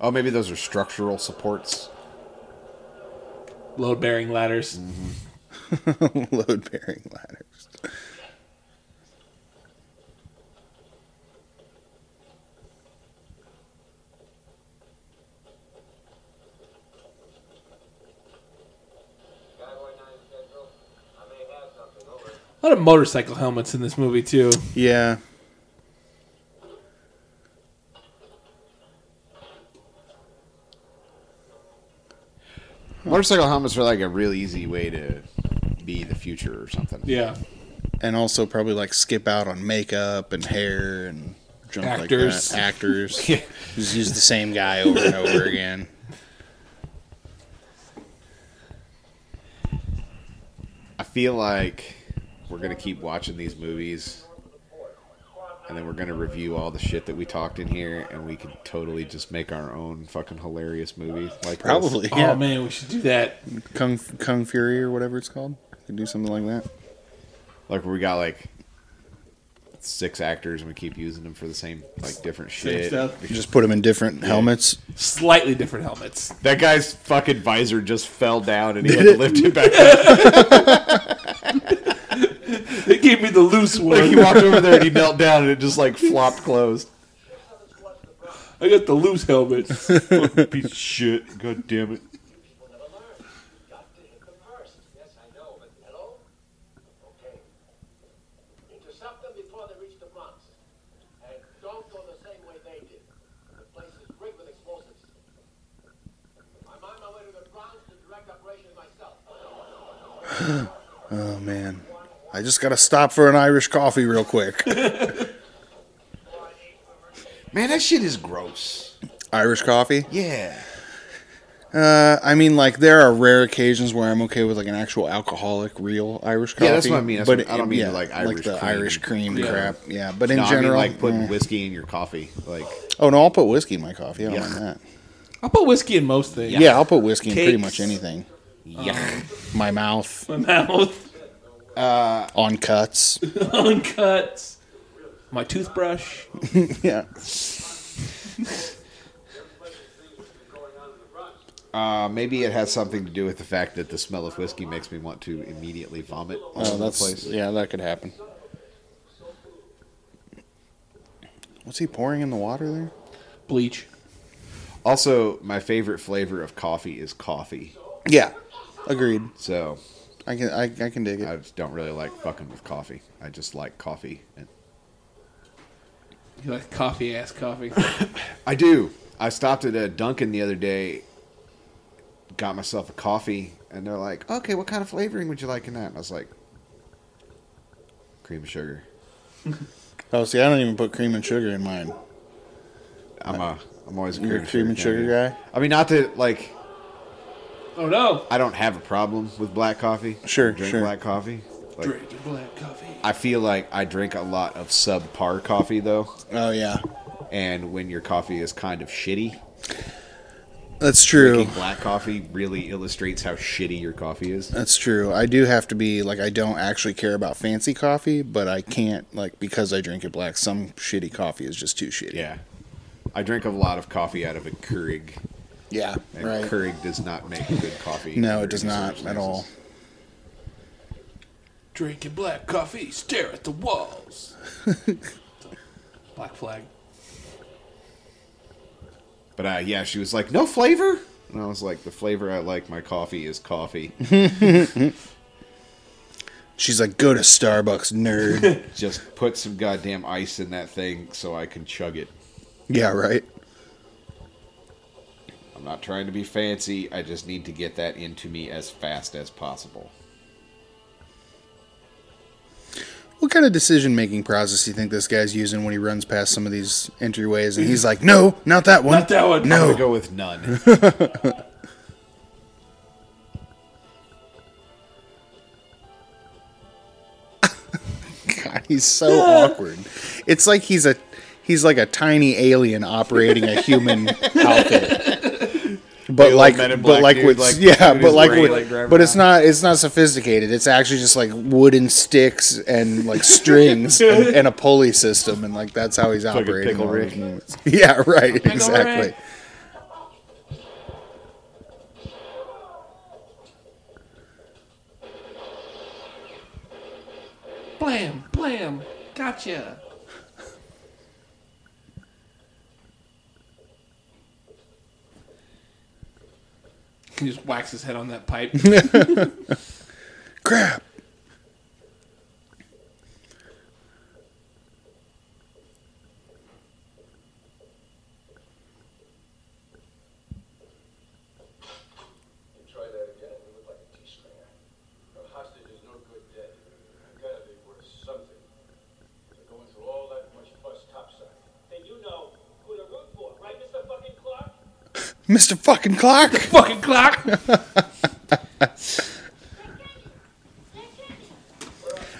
Speaker 3: oh, maybe those are structural supports.
Speaker 4: Load bearing ladders.
Speaker 5: Load bearing ladders.
Speaker 8: Skyboy 9 Central, I may have something over.
Speaker 4: A lot of motorcycle helmets in this movie, too.
Speaker 5: Yeah.
Speaker 3: Motorcycle helmets are like a real easy way to be the future or something.
Speaker 4: Yeah.
Speaker 5: And also probably like skip out on makeup and hair and junk
Speaker 4: Actors.
Speaker 5: like that. Actors. Just use the same guy over and over again.
Speaker 3: I feel like we're gonna keep watching these movies, and then we're gonna review all the shit that we talked in here, and we could totally just make our own fucking hilarious movies. Like this.
Speaker 5: Probably. Yeah.
Speaker 4: Oh, man, we should do that.
Speaker 5: Kung Kung Fury or whatever it's called. Could do something like that.
Speaker 3: like where we got like six actors and we keep using them for the same like different
Speaker 4: Same
Speaker 3: shit.
Speaker 4: stuff.
Speaker 5: You just put them in different helmets.
Speaker 4: Slightly different helmets.
Speaker 3: That guy's fucking visor just fell down and he had to lift it back up.
Speaker 4: They gave me the loose
Speaker 3: Like he
Speaker 4: one.
Speaker 3: walked over there and he knelt down and it just like flopped closed.
Speaker 4: I got the loose helmet.
Speaker 3: Piece of shit. God damn it.
Speaker 8: Got to hit them first. Yes, I know, but hello? Okay. Intercept them before they reach the Bronx. And don't go the same way they did. The place is rigged with explosives. I'm on my way to the Bronx to direct operations myself.
Speaker 5: Oh man. I just gotta stop for an Irish coffee real quick.
Speaker 3: Man, that shit is gross.
Speaker 5: Irish coffee?
Speaker 3: Yeah.
Speaker 5: Uh, I mean, like there are rare occasions where I'm okay with like an actual alcoholic, real Irish coffee.
Speaker 3: Yeah, that's what I mean. That's what- I don't mean,
Speaker 5: yeah,
Speaker 3: like, Irish
Speaker 5: the
Speaker 3: cream.
Speaker 5: Irish cream
Speaker 3: Yeah.
Speaker 5: crap. Yeah, but in
Speaker 3: No,
Speaker 5: general,
Speaker 3: I mean, like putting
Speaker 5: eh.
Speaker 3: whiskey in your coffee. Like
Speaker 5: oh no, I'll put whiskey in my coffee. I don't
Speaker 3: Yeah.
Speaker 5: mind that.
Speaker 4: I'll put whiskey in most things.
Speaker 5: Yeah, I'll put whiskey in pretty
Speaker 4: Cakes.
Speaker 5: much anything. Um,
Speaker 3: yeah.
Speaker 5: My mouth
Speaker 4: My mouth.
Speaker 5: on cuts.
Speaker 4: Uncuts. My toothbrush.
Speaker 5: yeah,
Speaker 3: Uh, maybe it has something to do with the fact that the smell of whiskey makes me want to immediately vomit. all
Speaker 5: oh,
Speaker 3: over the
Speaker 5: that's
Speaker 3: place.
Speaker 5: yeah, that could happen. What's he pouring in the water there?
Speaker 4: Bleach.
Speaker 3: Also, my favorite flavor of coffee is coffee.
Speaker 5: Yeah, agreed.
Speaker 3: So
Speaker 5: I can I, I can dig it.
Speaker 3: I just don't really like fucking with coffee. I just like coffee, and
Speaker 4: You like coffee ass coffee.
Speaker 3: I do. I stopped at a Dunkin' the other day, got myself a coffee, and they're like, "Okay, what kind of flavoring would you like in that?" And I was like, "Cream and sugar."
Speaker 5: oh, see, I don't even put cream and sugar in mine.
Speaker 3: I'm a I'm always a
Speaker 5: Uh, You're
Speaker 3: cream,
Speaker 5: a cream and sugar guy?
Speaker 3: I mean, not that like
Speaker 4: oh, no.
Speaker 3: I don't have a problem with black coffee.
Speaker 5: Sure,
Speaker 3: I drink
Speaker 5: sure.
Speaker 3: black coffee. Like,
Speaker 4: Drink your black coffee.
Speaker 3: I feel like I drink a lot of subpar coffee though.
Speaker 5: Oh yeah,
Speaker 3: and when your coffee is kind of shitty,
Speaker 5: that's true.
Speaker 3: drinking black coffee really illustrates how shitty your coffee is.
Speaker 5: That's true. I do have to be like I don't actually care about fancy coffee, but I can't like because I drink it black. Some shitty coffee is just too shitty.
Speaker 3: Yeah, I drink a lot of coffee out of a Keurig,
Speaker 5: yeah,
Speaker 3: and
Speaker 5: right.
Speaker 3: Keurig does not make good coffee.
Speaker 5: No,
Speaker 3: under
Speaker 5: it does
Speaker 3: any
Speaker 5: not at all.
Speaker 3: circumstances.
Speaker 4: Drinking black coffee, stare at the walls. black flag.
Speaker 3: But uh, yeah, she was like, "No flavor," and I was like, "The flavor I like my coffee is coffee."
Speaker 5: She's like, go to Starbucks, nerd.
Speaker 3: Just put some goddamn ice in that thing so I can chug it.
Speaker 5: yeah, right.
Speaker 3: I'm not trying to be fancy. I just need to get that into me as fast as possible.
Speaker 5: What kind of decision making process do you think this guy's using when he runs past some of these entryways and he's like, no, not that one.
Speaker 4: Not that one.
Speaker 3: I'm
Speaker 5: No.
Speaker 3: gonna go with none.
Speaker 5: God, he's so awkward. It's like he's a he's like a tiny alien operating a human outfit. But
Speaker 3: old
Speaker 5: like,
Speaker 3: Men in
Speaker 5: but
Speaker 3: Black
Speaker 5: like
Speaker 3: dude,
Speaker 5: with
Speaker 3: like,
Speaker 5: yeah,
Speaker 3: dude
Speaker 5: but
Speaker 3: is
Speaker 5: like
Speaker 3: wearing,
Speaker 5: with,
Speaker 3: like,
Speaker 5: but it's not it's not sophisticated. It's actually just like wooden sticks and like strings and, and a pulley system, and like that's how he's
Speaker 3: like a
Speaker 5: operating.
Speaker 3: pickle
Speaker 5: all
Speaker 3: Rick.
Speaker 5: those- Yeah, right, exactly.
Speaker 4: Rick. Blam, blam, gotcha. He just whacks his head on that pipe.
Speaker 5: Crap.
Speaker 8: You try that again, you look like a T-stringer. A hostage is no good dead. You gotta be worth something. They're going through all that much fuss topside.
Speaker 6: Then you know who to root for, right, Mr. Fucking Clark?
Speaker 5: Mr. Fucking Clock.
Speaker 4: Fucking clock.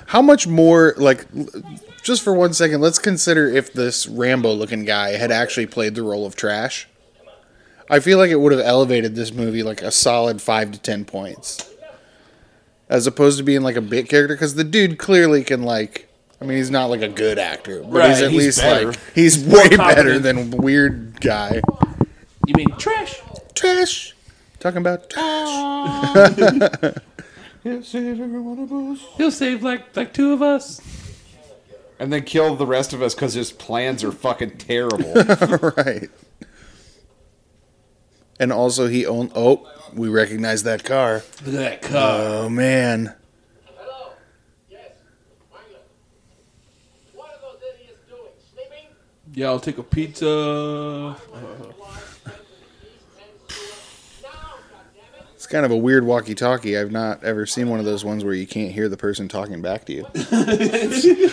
Speaker 5: How much more, like, l- just for one second, let's consider if this Rambo looking guy had actually played the role of trash. I feel like it would have elevated this movie like a solid five to ten points. As opposed to being like a bit character, because the dude clearly can, like, I mean, he's not like a good actor, but he's
Speaker 4: Right,
Speaker 5: at
Speaker 4: he's
Speaker 5: least
Speaker 4: better.
Speaker 5: like, he's way
Speaker 4: competent.
Speaker 5: better than weird guy.
Speaker 4: You mean trash?
Speaker 5: Trash! Talking about trash.
Speaker 4: He'll save like like two of us.
Speaker 3: and then kill the rest of us because his plans are fucking terrible.
Speaker 4: Oh.
Speaker 5: right. And also, he owned, oh, we recognize that car.
Speaker 4: Look at that car.
Speaker 5: Oh man.
Speaker 6: Hello? Yes, Wangler. What are those idiots doing? Sleeping?
Speaker 4: Yeah, I'll take a pizza.
Speaker 6: Now, goddammit!
Speaker 5: It's kind of a weird walkie talkie. I've not ever seen one of those ones where you can't hear the person talking back to you.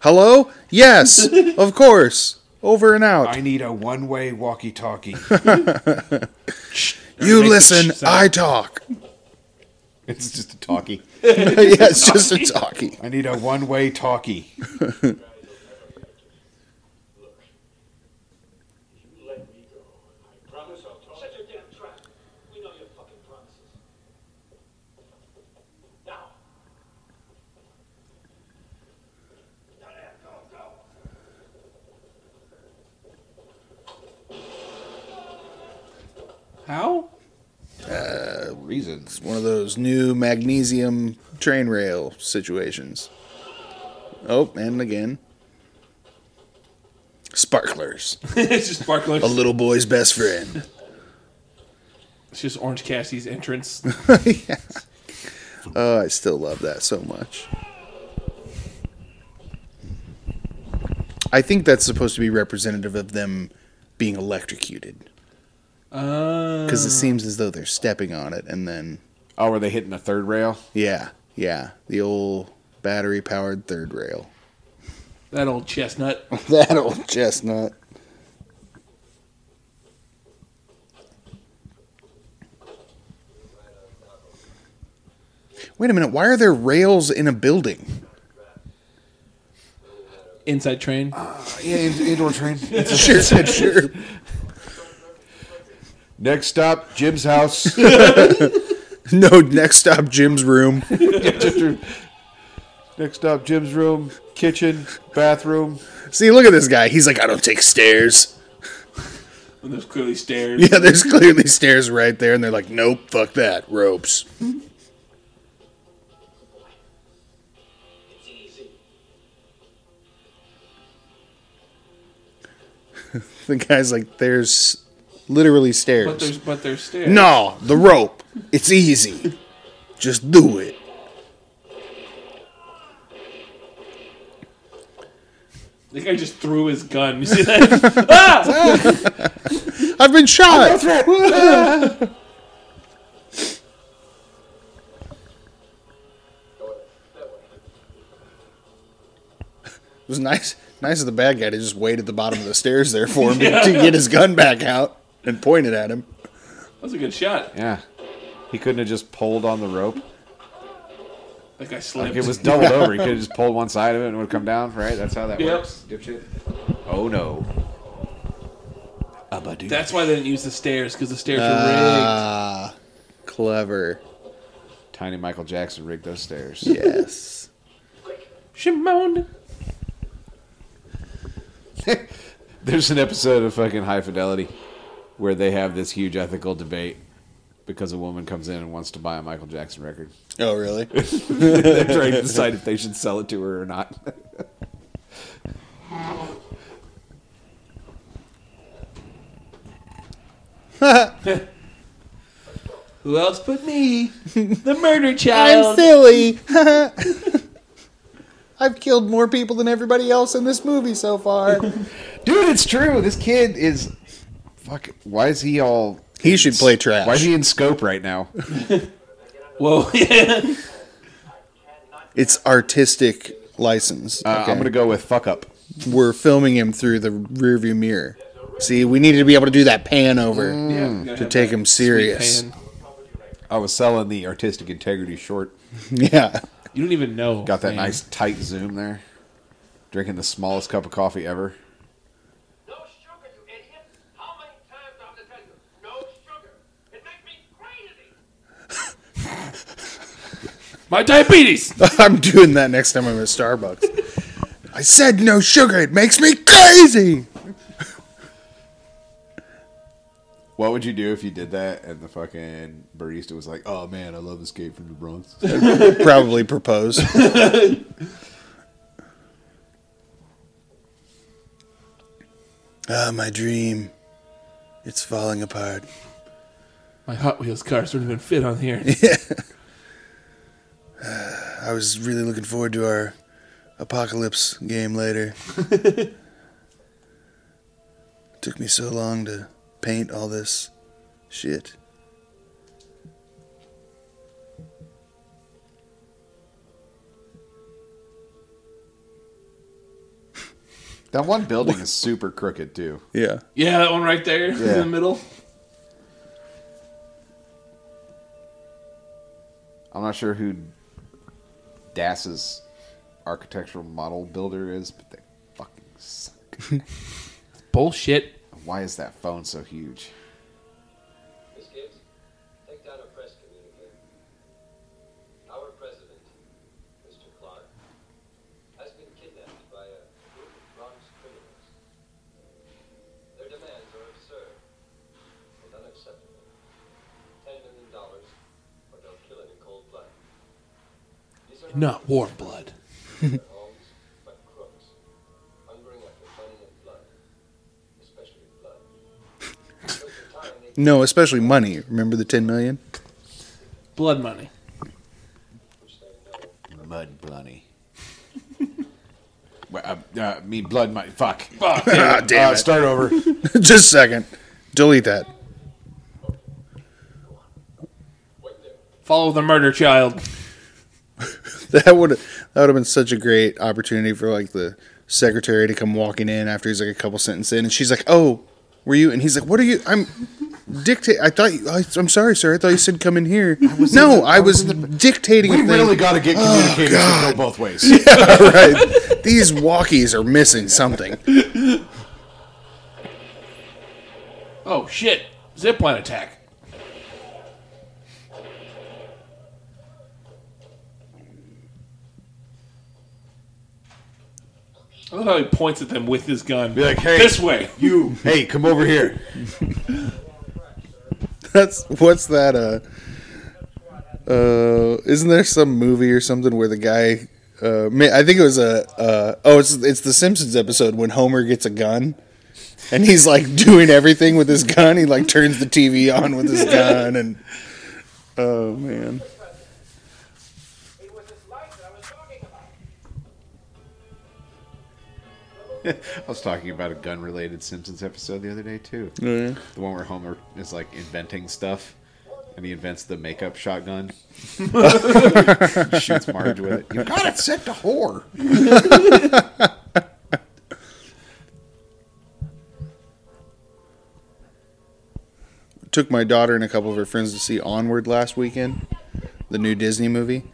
Speaker 5: Hello? Yes, of course. Over and out.
Speaker 3: I need a one-way walkie-talkie.
Speaker 5: you
Speaker 4: makes a
Speaker 5: listen,
Speaker 4: sh- sound.
Speaker 5: I talk.
Speaker 3: it's just a talkie.
Speaker 5: yeah, it's just a talkie.
Speaker 3: I need a one-way talkie.
Speaker 6: You let me go. I promise I'll talk. Shut your damn trap. We know your fucking promises. Now. Now there, go, go.
Speaker 4: How?
Speaker 3: Reasons.
Speaker 5: One of those new magnesium train rail situations. Oh, and again. Sparklers.
Speaker 4: it's just sparklers.
Speaker 5: A little boy's best friend.
Speaker 4: It's just Orange Cassie's entrance.
Speaker 5: yeah. Oh, I still love that so much. I think that's supposed to be representative of them being electrocuted
Speaker 4: Uh,
Speaker 5: because it seems as though they're stepping on it and then
Speaker 3: Oh, are they hitting the third rail?
Speaker 5: yeah, yeah, the old battery powered third rail.
Speaker 4: that old chestnut.
Speaker 5: that old chestnut. Wait a minute, why are there rails in a building?
Speaker 4: Inside train.
Speaker 3: Yeah, indoor train.
Speaker 5: sure, sure.
Speaker 3: Next stop, Jim's house.
Speaker 5: No, next stop, Jim's room.
Speaker 3: Next stop, Jim's room, kitchen, bathroom.
Speaker 5: See, look at this guy. He's like, I don't take stairs.
Speaker 4: And there's clearly stairs.
Speaker 5: Yeah, there's clearly stairs right there, and they're like, nope, fuck that, ropes.
Speaker 6: It's easy.
Speaker 5: The guy's like, there's Literally stairs.
Speaker 4: But there's but there's stairs.
Speaker 5: No, the rope. It's easy. Just do it.
Speaker 4: The guy just threw his gun. You see that?
Speaker 5: I've been shot. It was nice. Nice of the bad guy to just wait at the bottom of the stairs there for him to- to get his gun back out and point it at him.
Speaker 4: That's a good shot.
Speaker 3: Yeah. He couldn't have just pulled on the rope.
Speaker 4: That guy slipped.
Speaker 3: Like it was doubled over. He could have just pulled one side of it and it would come down, right? That's how that
Speaker 4: Yep.
Speaker 3: works. Dipshit. Oh no. Abadoo.
Speaker 4: That's why they didn't use the stairs because the stairs were
Speaker 5: Ah, clever.
Speaker 3: Tiny Michael Jackson rigged those stairs.
Speaker 5: Yes.
Speaker 4: rigged. Shimon.
Speaker 3: There's an episode of fucking High Fidelity where they have this huge ethical debate because a woman comes in and wants to buy a Michael Jackson record.
Speaker 5: Oh, really?
Speaker 3: They're trying to decide if they should sell it to her or not.
Speaker 4: Who else but me? The murder child.
Speaker 5: silly. I've killed more people than everybody else in this movie so far.
Speaker 3: Dude, it's true. This kid is. Fuck. Why is he all.
Speaker 5: He should play trash.
Speaker 3: Why is he in scope right now?
Speaker 4: Whoa, yeah.
Speaker 5: It's artistic license.
Speaker 3: Uh,
Speaker 5: okay?
Speaker 3: I'm going to go with fuck up.
Speaker 5: We're filming him through the rearview mirror. See, we needed to be able to do that pan over
Speaker 3: Mm.
Speaker 5: to take him serious.
Speaker 3: I was selling the artistic integrity short.
Speaker 5: Yeah.
Speaker 4: You don't even know.
Speaker 3: Got that
Speaker 4: man.
Speaker 3: nice tight zoom there. Drinking the smallest cup of coffee ever.
Speaker 6: No sugar, you idiot! How many times do I have to tell you? No sugar! It makes me crazy!
Speaker 4: My diabetes.
Speaker 5: I'm doing that next time I'm at Starbucks. I said no sugar. It makes me crazy.
Speaker 3: What would you do if you did that and the fucking barista was like, "Oh man, I love Escape from the Bronx."
Speaker 5: Probably propose. ah, my dream. It's falling apart.
Speaker 4: My Hot Wheels cars don't even fit on here.
Speaker 5: I was really looking forward to our apocalypse game later. Took me so long to paint all this shit.
Speaker 3: that one building is super crooked too.
Speaker 5: Yeah.
Speaker 4: yeah, that one right there in
Speaker 3: Yeah.
Speaker 4: the middle.
Speaker 3: I'm not sure who Das's architectural model builder is, but they fucking suck.
Speaker 4: Bullshit.
Speaker 3: Why is that phone so huge?
Speaker 8: Miss Gibbs, take down a press communique. Our president, Mr. Clark, has been kidnapped by a group of Bronx criminals. Their demands are absurd and unacceptable. Ten million dollars, or they'll kill him in cold blood. These are
Speaker 4: Not warm blood.
Speaker 8: their homes, but crooks, hungering after money and blood, especially blood. Because the time they
Speaker 5: No, especially money. Remember the 10 million?
Speaker 4: Blood money.
Speaker 8: which they know
Speaker 3: Mud Blunny. well, uh, uh, me blood my fuck.
Speaker 4: Fuck.
Speaker 5: Ah, damn
Speaker 3: Uh,
Speaker 5: it.
Speaker 3: start over.
Speaker 5: Just a second. Delete that.
Speaker 4: Follow the murder child.
Speaker 5: That would that would have been such a great opportunity for like the secretary to come walking in after he's like a couple sentences in, and she's like, "Oh, were you?" And he's like, "What are you?" I'm dictate. I thought you. I, I'm sorry, sir. I thought you said come in here. no, I was dictating. a
Speaker 3: We
Speaker 5: thing.
Speaker 3: really got to get
Speaker 5: Oh,
Speaker 3: communicators to go both ways.
Speaker 5: right. These walkies are missing something.
Speaker 4: Oh shit! Zip line attack. I love how he points at them with his gun.
Speaker 3: Be like, hey,
Speaker 4: this way.
Speaker 3: You, hey, come over here.
Speaker 5: That's what's that? Uh, uh, isn't there some movie or something where the guy? Uh, ma- I think it was a. Uh, oh, it's it's the Simpsons episode when Homer gets a gun. and he's like doing everything with his gun. He like turns the TV on with his gun, and oh man,
Speaker 6: It was this light that I was talking about.
Speaker 3: I was talking about a gun related Simpsons episode the other day, too. The one where Homer is like inventing stuff and he invents the makeup shotgun. Shoots Marge with it. You got it set to whore.
Speaker 5: took my daughter and a couple of her friends to see Onward last weekend, the new Disney movie.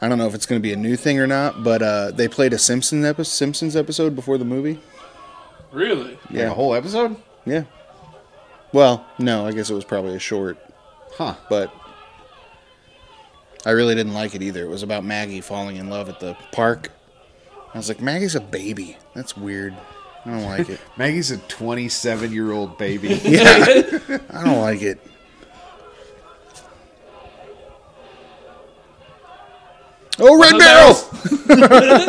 Speaker 5: I don't know if it's going to be a new thing or not, but uh, they played a Simpsons episode, Simpsons episode before the movie.
Speaker 4: Really?
Speaker 3: Yeah, a whole episode?
Speaker 5: Yeah. Well, no, I guess it was probably a short,
Speaker 3: Huh.
Speaker 5: but I really didn't like it either. It was about Maggie falling in love at the park. I was like, Maggie's a baby. That's weird. I don't like it.
Speaker 3: Maggie's a 27 year old baby.
Speaker 5: I don't like it. Oh, red barrel!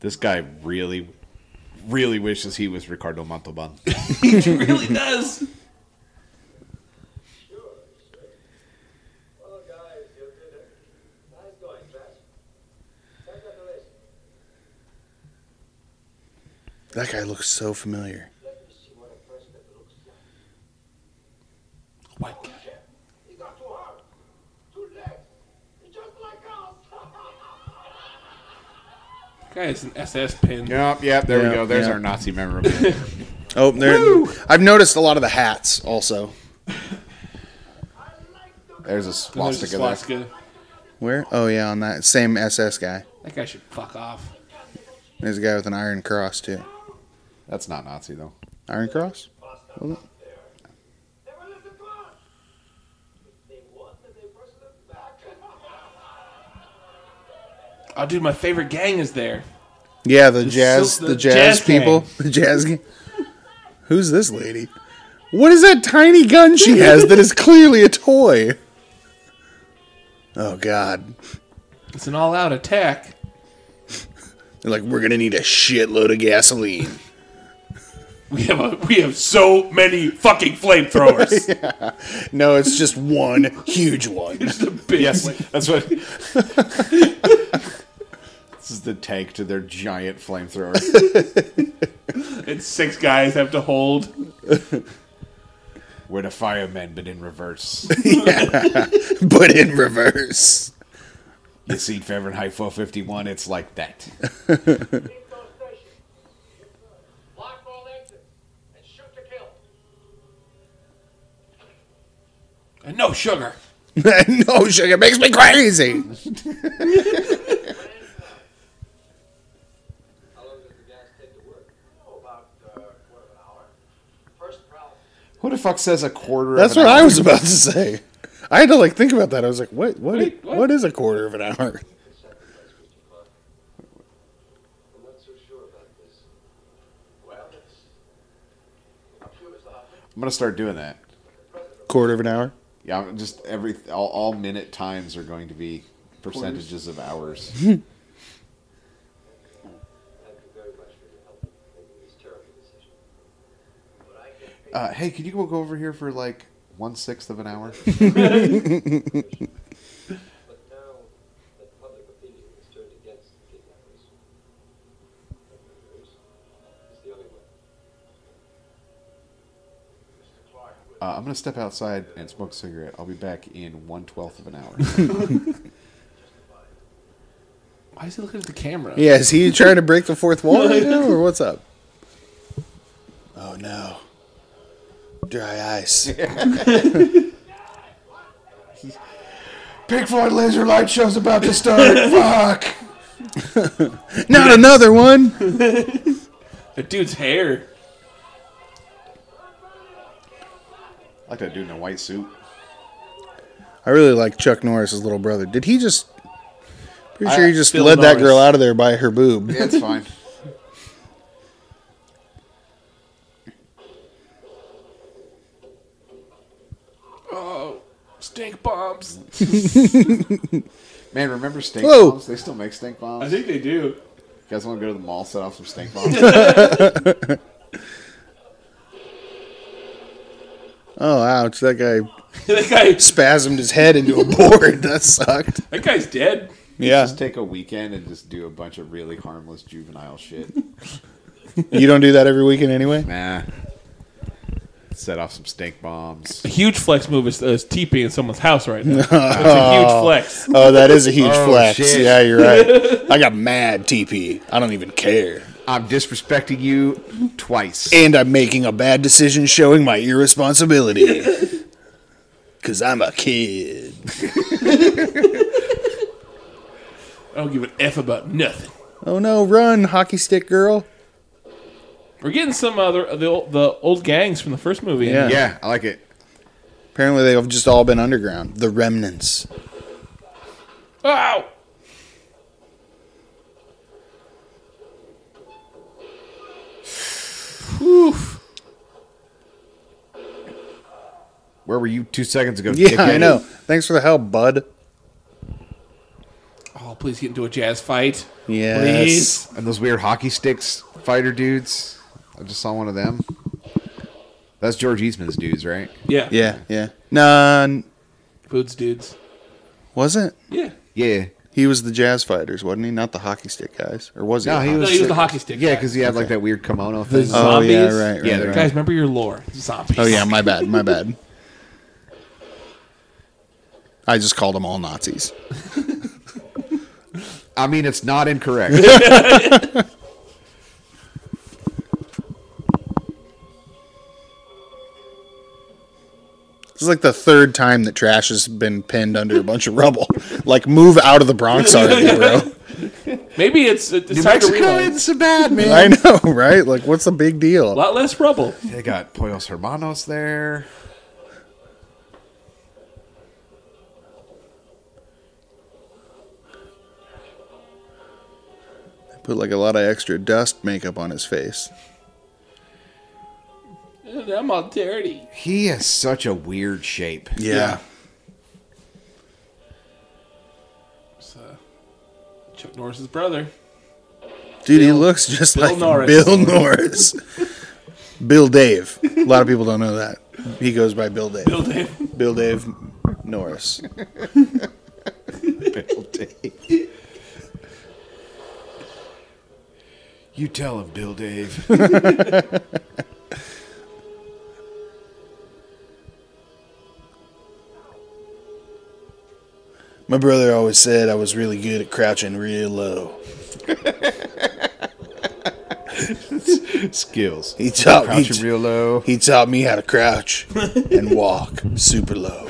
Speaker 3: This guy really, really wishes he was Ricardo Montalban.
Speaker 4: He really does.
Speaker 8: Well, guys, you did it. Nice going, class. Congratulations.
Speaker 5: That guy looks so familiar.
Speaker 8: Let me see what a president looks like.
Speaker 4: My God.
Speaker 8: He got two arms, two legs. He's just like us.
Speaker 4: Guy is an SS pin.
Speaker 3: Yep, yep, there
Speaker 5: Yeah,
Speaker 3: we go. There's
Speaker 5: yeah.
Speaker 3: our Nazi memorabilia.
Speaker 5: Oh, there. I've noticed a lot of the hats also.
Speaker 3: There's a
Speaker 4: There's a
Speaker 3: swastika there.
Speaker 4: swastika.
Speaker 5: Where? Oh, yeah, on that same SS guy.
Speaker 4: That guy should fuck off.
Speaker 5: There's a guy with an iron cross, too.
Speaker 3: That's not Nazi, though.
Speaker 5: Iron cross?
Speaker 8: They will listen to us. If they want, then they brush them back.
Speaker 4: Oh, dude, my favorite gang is there.
Speaker 5: Yeah, the
Speaker 4: sil-
Speaker 5: jazz,
Speaker 4: the
Speaker 5: the, jazz,
Speaker 4: jazz
Speaker 5: people, the jazz. gang. Who's this lady? What is that tiny gun she has that is clearly a toy? Oh God!
Speaker 4: It's an all-out attack.
Speaker 5: They're like, we're gonna need a shitload of gasoline.
Speaker 4: We have a, we have so many fucking flamethrowers.
Speaker 5: No, it's just one huge one.
Speaker 4: It's the big
Speaker 3: Yes,
Speaker 4: flame-
Speaker 3: that's what. this is the tank to their giant flamethrower.
Speaker 4: and six guys have to hold.
Speaker 3: We're the firemen, but in reverse.
Speaker 5: but in reverse.
Speaker 3: You see Fahrenheit 451, it's like that.
Speaker 8: Keystone Station. Block all exits and shoot to kill.
Speaker 4: And no sugar.
Speaker 5: no sugar makes me crazy.
Speaker 8: How long does the gas take to work? Oh, about uh, quarter of an hour. First problem.
Speaker 3: Who the fuck says a quarter
Speaker 5: That's
Speaker 3: of an
Speaker 5: what I
Speaker 3: hour?
Speaker 5: was about to say. I had to like think about that. I was like, what? What?
Speaker 4: Wait, what?
Speaker 5: what is a quarter of an hour?
Speaker 8: I'm not so sure about this. Well, it's. I'm sure it's not.
Speaker 3: I'm going to start doing that.
Speaker 5: Quarter of an hour.
Speaker 3: Yeah, I'm just every all, all minute times are going to be percentages of hours.
Speaker 8: Thank you very much for your help in making this terrible decision. But I can't pay
Speaker 3: Uh, hey, could you go over here for like one sixth of an hour? Uh,
Speaker 8: But now that public opinion is turned against the kidnappers, it's the only way. Mr. Clark, with
Speaker 3: Uh, I'm gonna step outside and smoke a cigarette. I'll be back in one twelfth of an hour.
Speaker 4: Why is he looking at the camera?
Speaker 5: Yeah, is he trying to break the fourth wall right now, or what's up? Oh no, dry ice.
Speaker 3: Pink Floyd laser light show's about to start. Fuck.
Speaker 5: Not another one.
Speaker 4: The dude's hair.
Speaker 3: I like that dude in a white suit.
Speaker 5: I really like Chuck Norris's little brother. Did he just? Pretty
Speaker 3: I-
Speaker 5: sure he just
Speaker 4: Phil
Speaker 5: led that
Speaker 4: Norris.
Speaker 5: girl out of there by her boob.
Speaker 3: Yeah, it's fine.
Speaker 4: Oh, stink bombs.
Speaker 3: Man, remember stink
Speaker 5: Whoa.
Speaker 3: bombs? They still make stink bombs.
Speaker 4: I think they do.
Speaker 3: you guys want to go to the mall, set off some stink bombs?
Speaker 5: Oh, ouch. That guy
Speaker 4: that guy.
Speaker 5: spasmed his head into a board. That sucked.
Speaker 4: That guy's dead.
Speaker 5: Yeah.
Speaker 3: just take a weekend and just do a bunch of really harmless juvenile shit.
Speaker 5: You don't do that every weekend anyway?
Speaker 3: nah. Set off some stink bombs.
Speaker 4: A huge flex move is, is TP in someone's house right now. That's a huge flex.
Speaker 5: Oh, that is a huge flex.
Speaker 3: shit.
Speaker 5: Yeah, you're right. I got mad TP. I don't even care.
Speaker 3: I'm disrespecting you twice.
Speaker 5: And I'm making a bad decision showing my irresponsibility. Because I'm a kid.
Speaker 4: I don't give an f about nothing.
Speaker 5: Oh no, run, hockey stick girl.
Speaker 4: We're getting some other the old, the old gangs from the first movie.
Speaker 5: Yeah.
Speaker 3: yeah, I like it.
Speaker 5: Apparently, they've just all been underground. The remnants.
Speaker 4: Wow.
Speaker 3: Where were you two seconds ago?
Speaker 5: Yeah,
Speaker 3: dickhead?
Speaker 5: I know. Thanks for the help, bud.
Speaker 4: Oh, please get into a jazz fight.
Speaker 5: Yes.
Speaker 4: Please.
Speaker 3: And those weird hockey sticks fighter dudes. I just saw one of them. That's George Eastman's dudes, right?
Speaker 4: Yeah.
Speaker 5: Yeah, yeah. None.
Speaker 4: Boots dudes.
Speaker 5: Was it?
Speaker 4: Yeah.
Speaker 3: Yeah.
Speaker 5: He was the jazz fighters, wasn't he? Not the hockey stick guys, or was he? Uh-huh.
Speaker 3: No, he
Speaker 4: No,
Speaker 3: was,
Speaker 4: he was the hockey stick.
Speaker 3: Yeah,
Speaker 4: guy.
Speaker 3: because he had like that weird kimono
Speaker 4: the
Speaker 3: thing.
Speaker 5: Oh
Speaker 4: zombies.
Speaker 5: yeah, right, right.
Speaker 3: Yeah, they're
Speaker 5: right.
Speaker 4: Guys, remember your lore. Zombies.
Speaker 5: Oh yeah, my bad, my bad. I just called them all Nazis.
Speaker 3: I mean, it's not incorrect.
Speaker 5: This is like the third time that trash has been pinned under a bunch of rubble. Like, move out of the Bronx already, bro.
Speaker 4: Maybe it's it's
Speaker 3: New
Speaker 4: time to
Speaker 3: Mexico
Speaker 4: realize.
Speaker 3: isn't so bad, man.
Speaker 5: I know, right? Like, what's the big
Speaker 4: A
Speaker 5: deal?
Speaker 4: lot less rubble.
Speaker 3: They got Poyos Hermanos there.
Speaker 5: Put like a lot of extra dust makeup on his face.
Speaker 4: I'm all dirty.
Speaker 3: He is such a weird shape.
Speaker 5: Yeah.
Speaker 4: It's, uh, Chuck Norris's brother.
Speaker 5: Dude, he looks just
Speaker 4: Bill
Speaker 5: like
Speaker 4: Norris.
Speaker 5: Bill Norris. Bill Dave. A lot of people don't know that. He goes by Bill Dave.
Speaker 4: Bill Dave.
Speaker 5: Bill Dave Norris.
Speaker 3: Bill Dave. You tell him, Bill Dave.
Speaker 5: My brother always said I was really good at crouching real low.
Speaker 3: Skills.
Speaker 5: He taught me
Speaker 3: Crouching real low.
Speaker 5: he taught me how to crouch and walk super low.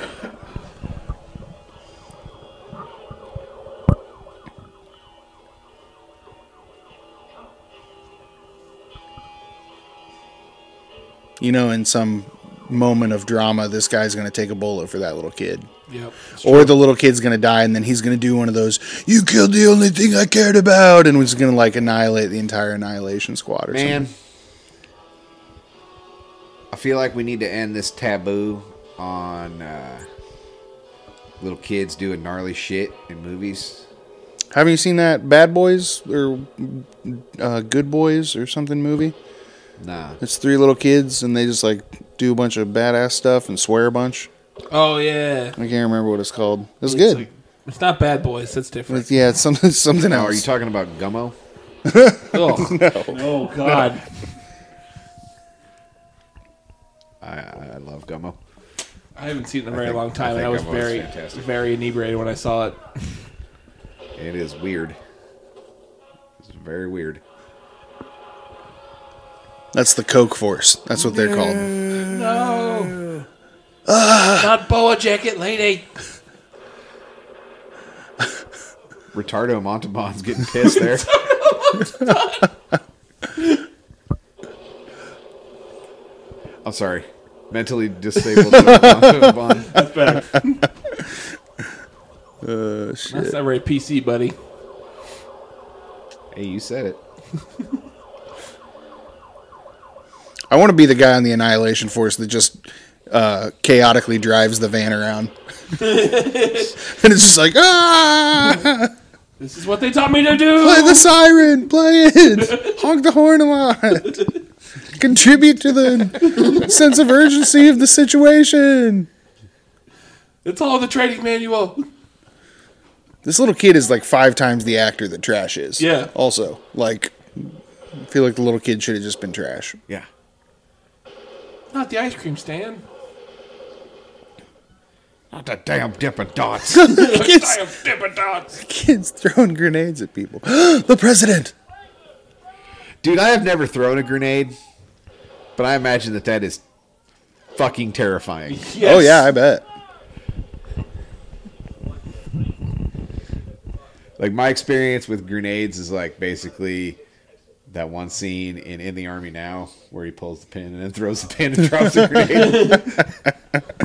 Speaker 5: You know, in some moment of drama, this guy's going to take a bullet for that little kid.
Speaker 4: Yep.
Speaker 5: Or the little kid's gonna die, and then he's gonna do one of those. You killed the only thing I cared about, and was gonna like annihilate the entire annihilation squad or
Speaker 3: Man,
Speaker 5: something.
Speaker 3: I feel like we need to end this taboo on uh, little kids doing gnarly shit in movies.
Speaker 5: Have you seen that Bad Boys or uh, Good Boys or something movie?
Speaker 3: Nah.
Speaker 5: It's three little kids, and they just like do a bunch of badass stuff and swear a bunch.
Speaker 4: Oh yeah.
Speaker 5: I can't remember what it's called.
Speaker 4: It's,
Speaker 5: It's good.
Speaker 4: like- it's not bad boys. That's different.
Speaker 5: But yeah, it's something something
Speaker 3: Now, are you
Speaker 5: else.
Speaker 3: talking about Gummo?
Speaker 4: oh no. God.
Speaker 3: I, I love Gummo.
Speaker 4: I haven't seen it in a very
Speaker 3: think-
Speaker 4: long time,
Speaker 3: I
Speaker 4: and I
Speaker 3: think
Speaker 4: was
Speaker 3: that one was
Speaker 4: very,
Speaker 3: fantastic.
Speaker 4: very inebriated when I saw it.
Speaker 3: It is weird. It's very weird.
Speaker 5: That's the Coke Force. That's what they're called.
Speaker 4: No. Not boa jacket lady.
Speaker 3: Retardo Montalban's getting pissed there. I'm sorry. Mentally disabled Montalban.
Speaker 4: That's better.
Speaker 5: Uh,
Speaker 4: That's
Speaker 5: shit.
Speaker 4: not very PC, buddy.
Speaker 3: Hey, you said it.
Speaker 5: I want to be the guy on the Annihilation Force that just uh, chaotically drives the van around. and it's just like, ah,
Speaker 4: This is what they taught me to do.
Speaker 5: play the siren, play it, honk the horn a lot, contribute to the sense of urgency of the situation.
Speaker 4: It's all in the training manual.
Speaker 5: This little kid is like five times the actor that Trash is.
Speaker 4: Yeah.
Speaker 5: Also, like, I feel like the little kid should have just been Trash.
Speaker 3: Yeah.
Speaker 4: Not the ice cream stand.
Speaker 3: Not the damn dipping dots.
Speaker 5: Kids,
Speaker 4: I am Dippin' Dots.
Speaker 5: kids throwing grenades at people. the president.
Speaker 3: Dude, I have never thrown a grenade, but I imagine that that is fucking terrifying.
Speaker 4: Yes.
Speaker 5: Oh yeah, I bet.
Speaker 3: like my experience with grenades is like basically that one scene in In the Army Now where he pulls the pin and then throws the pin and drops the grenade.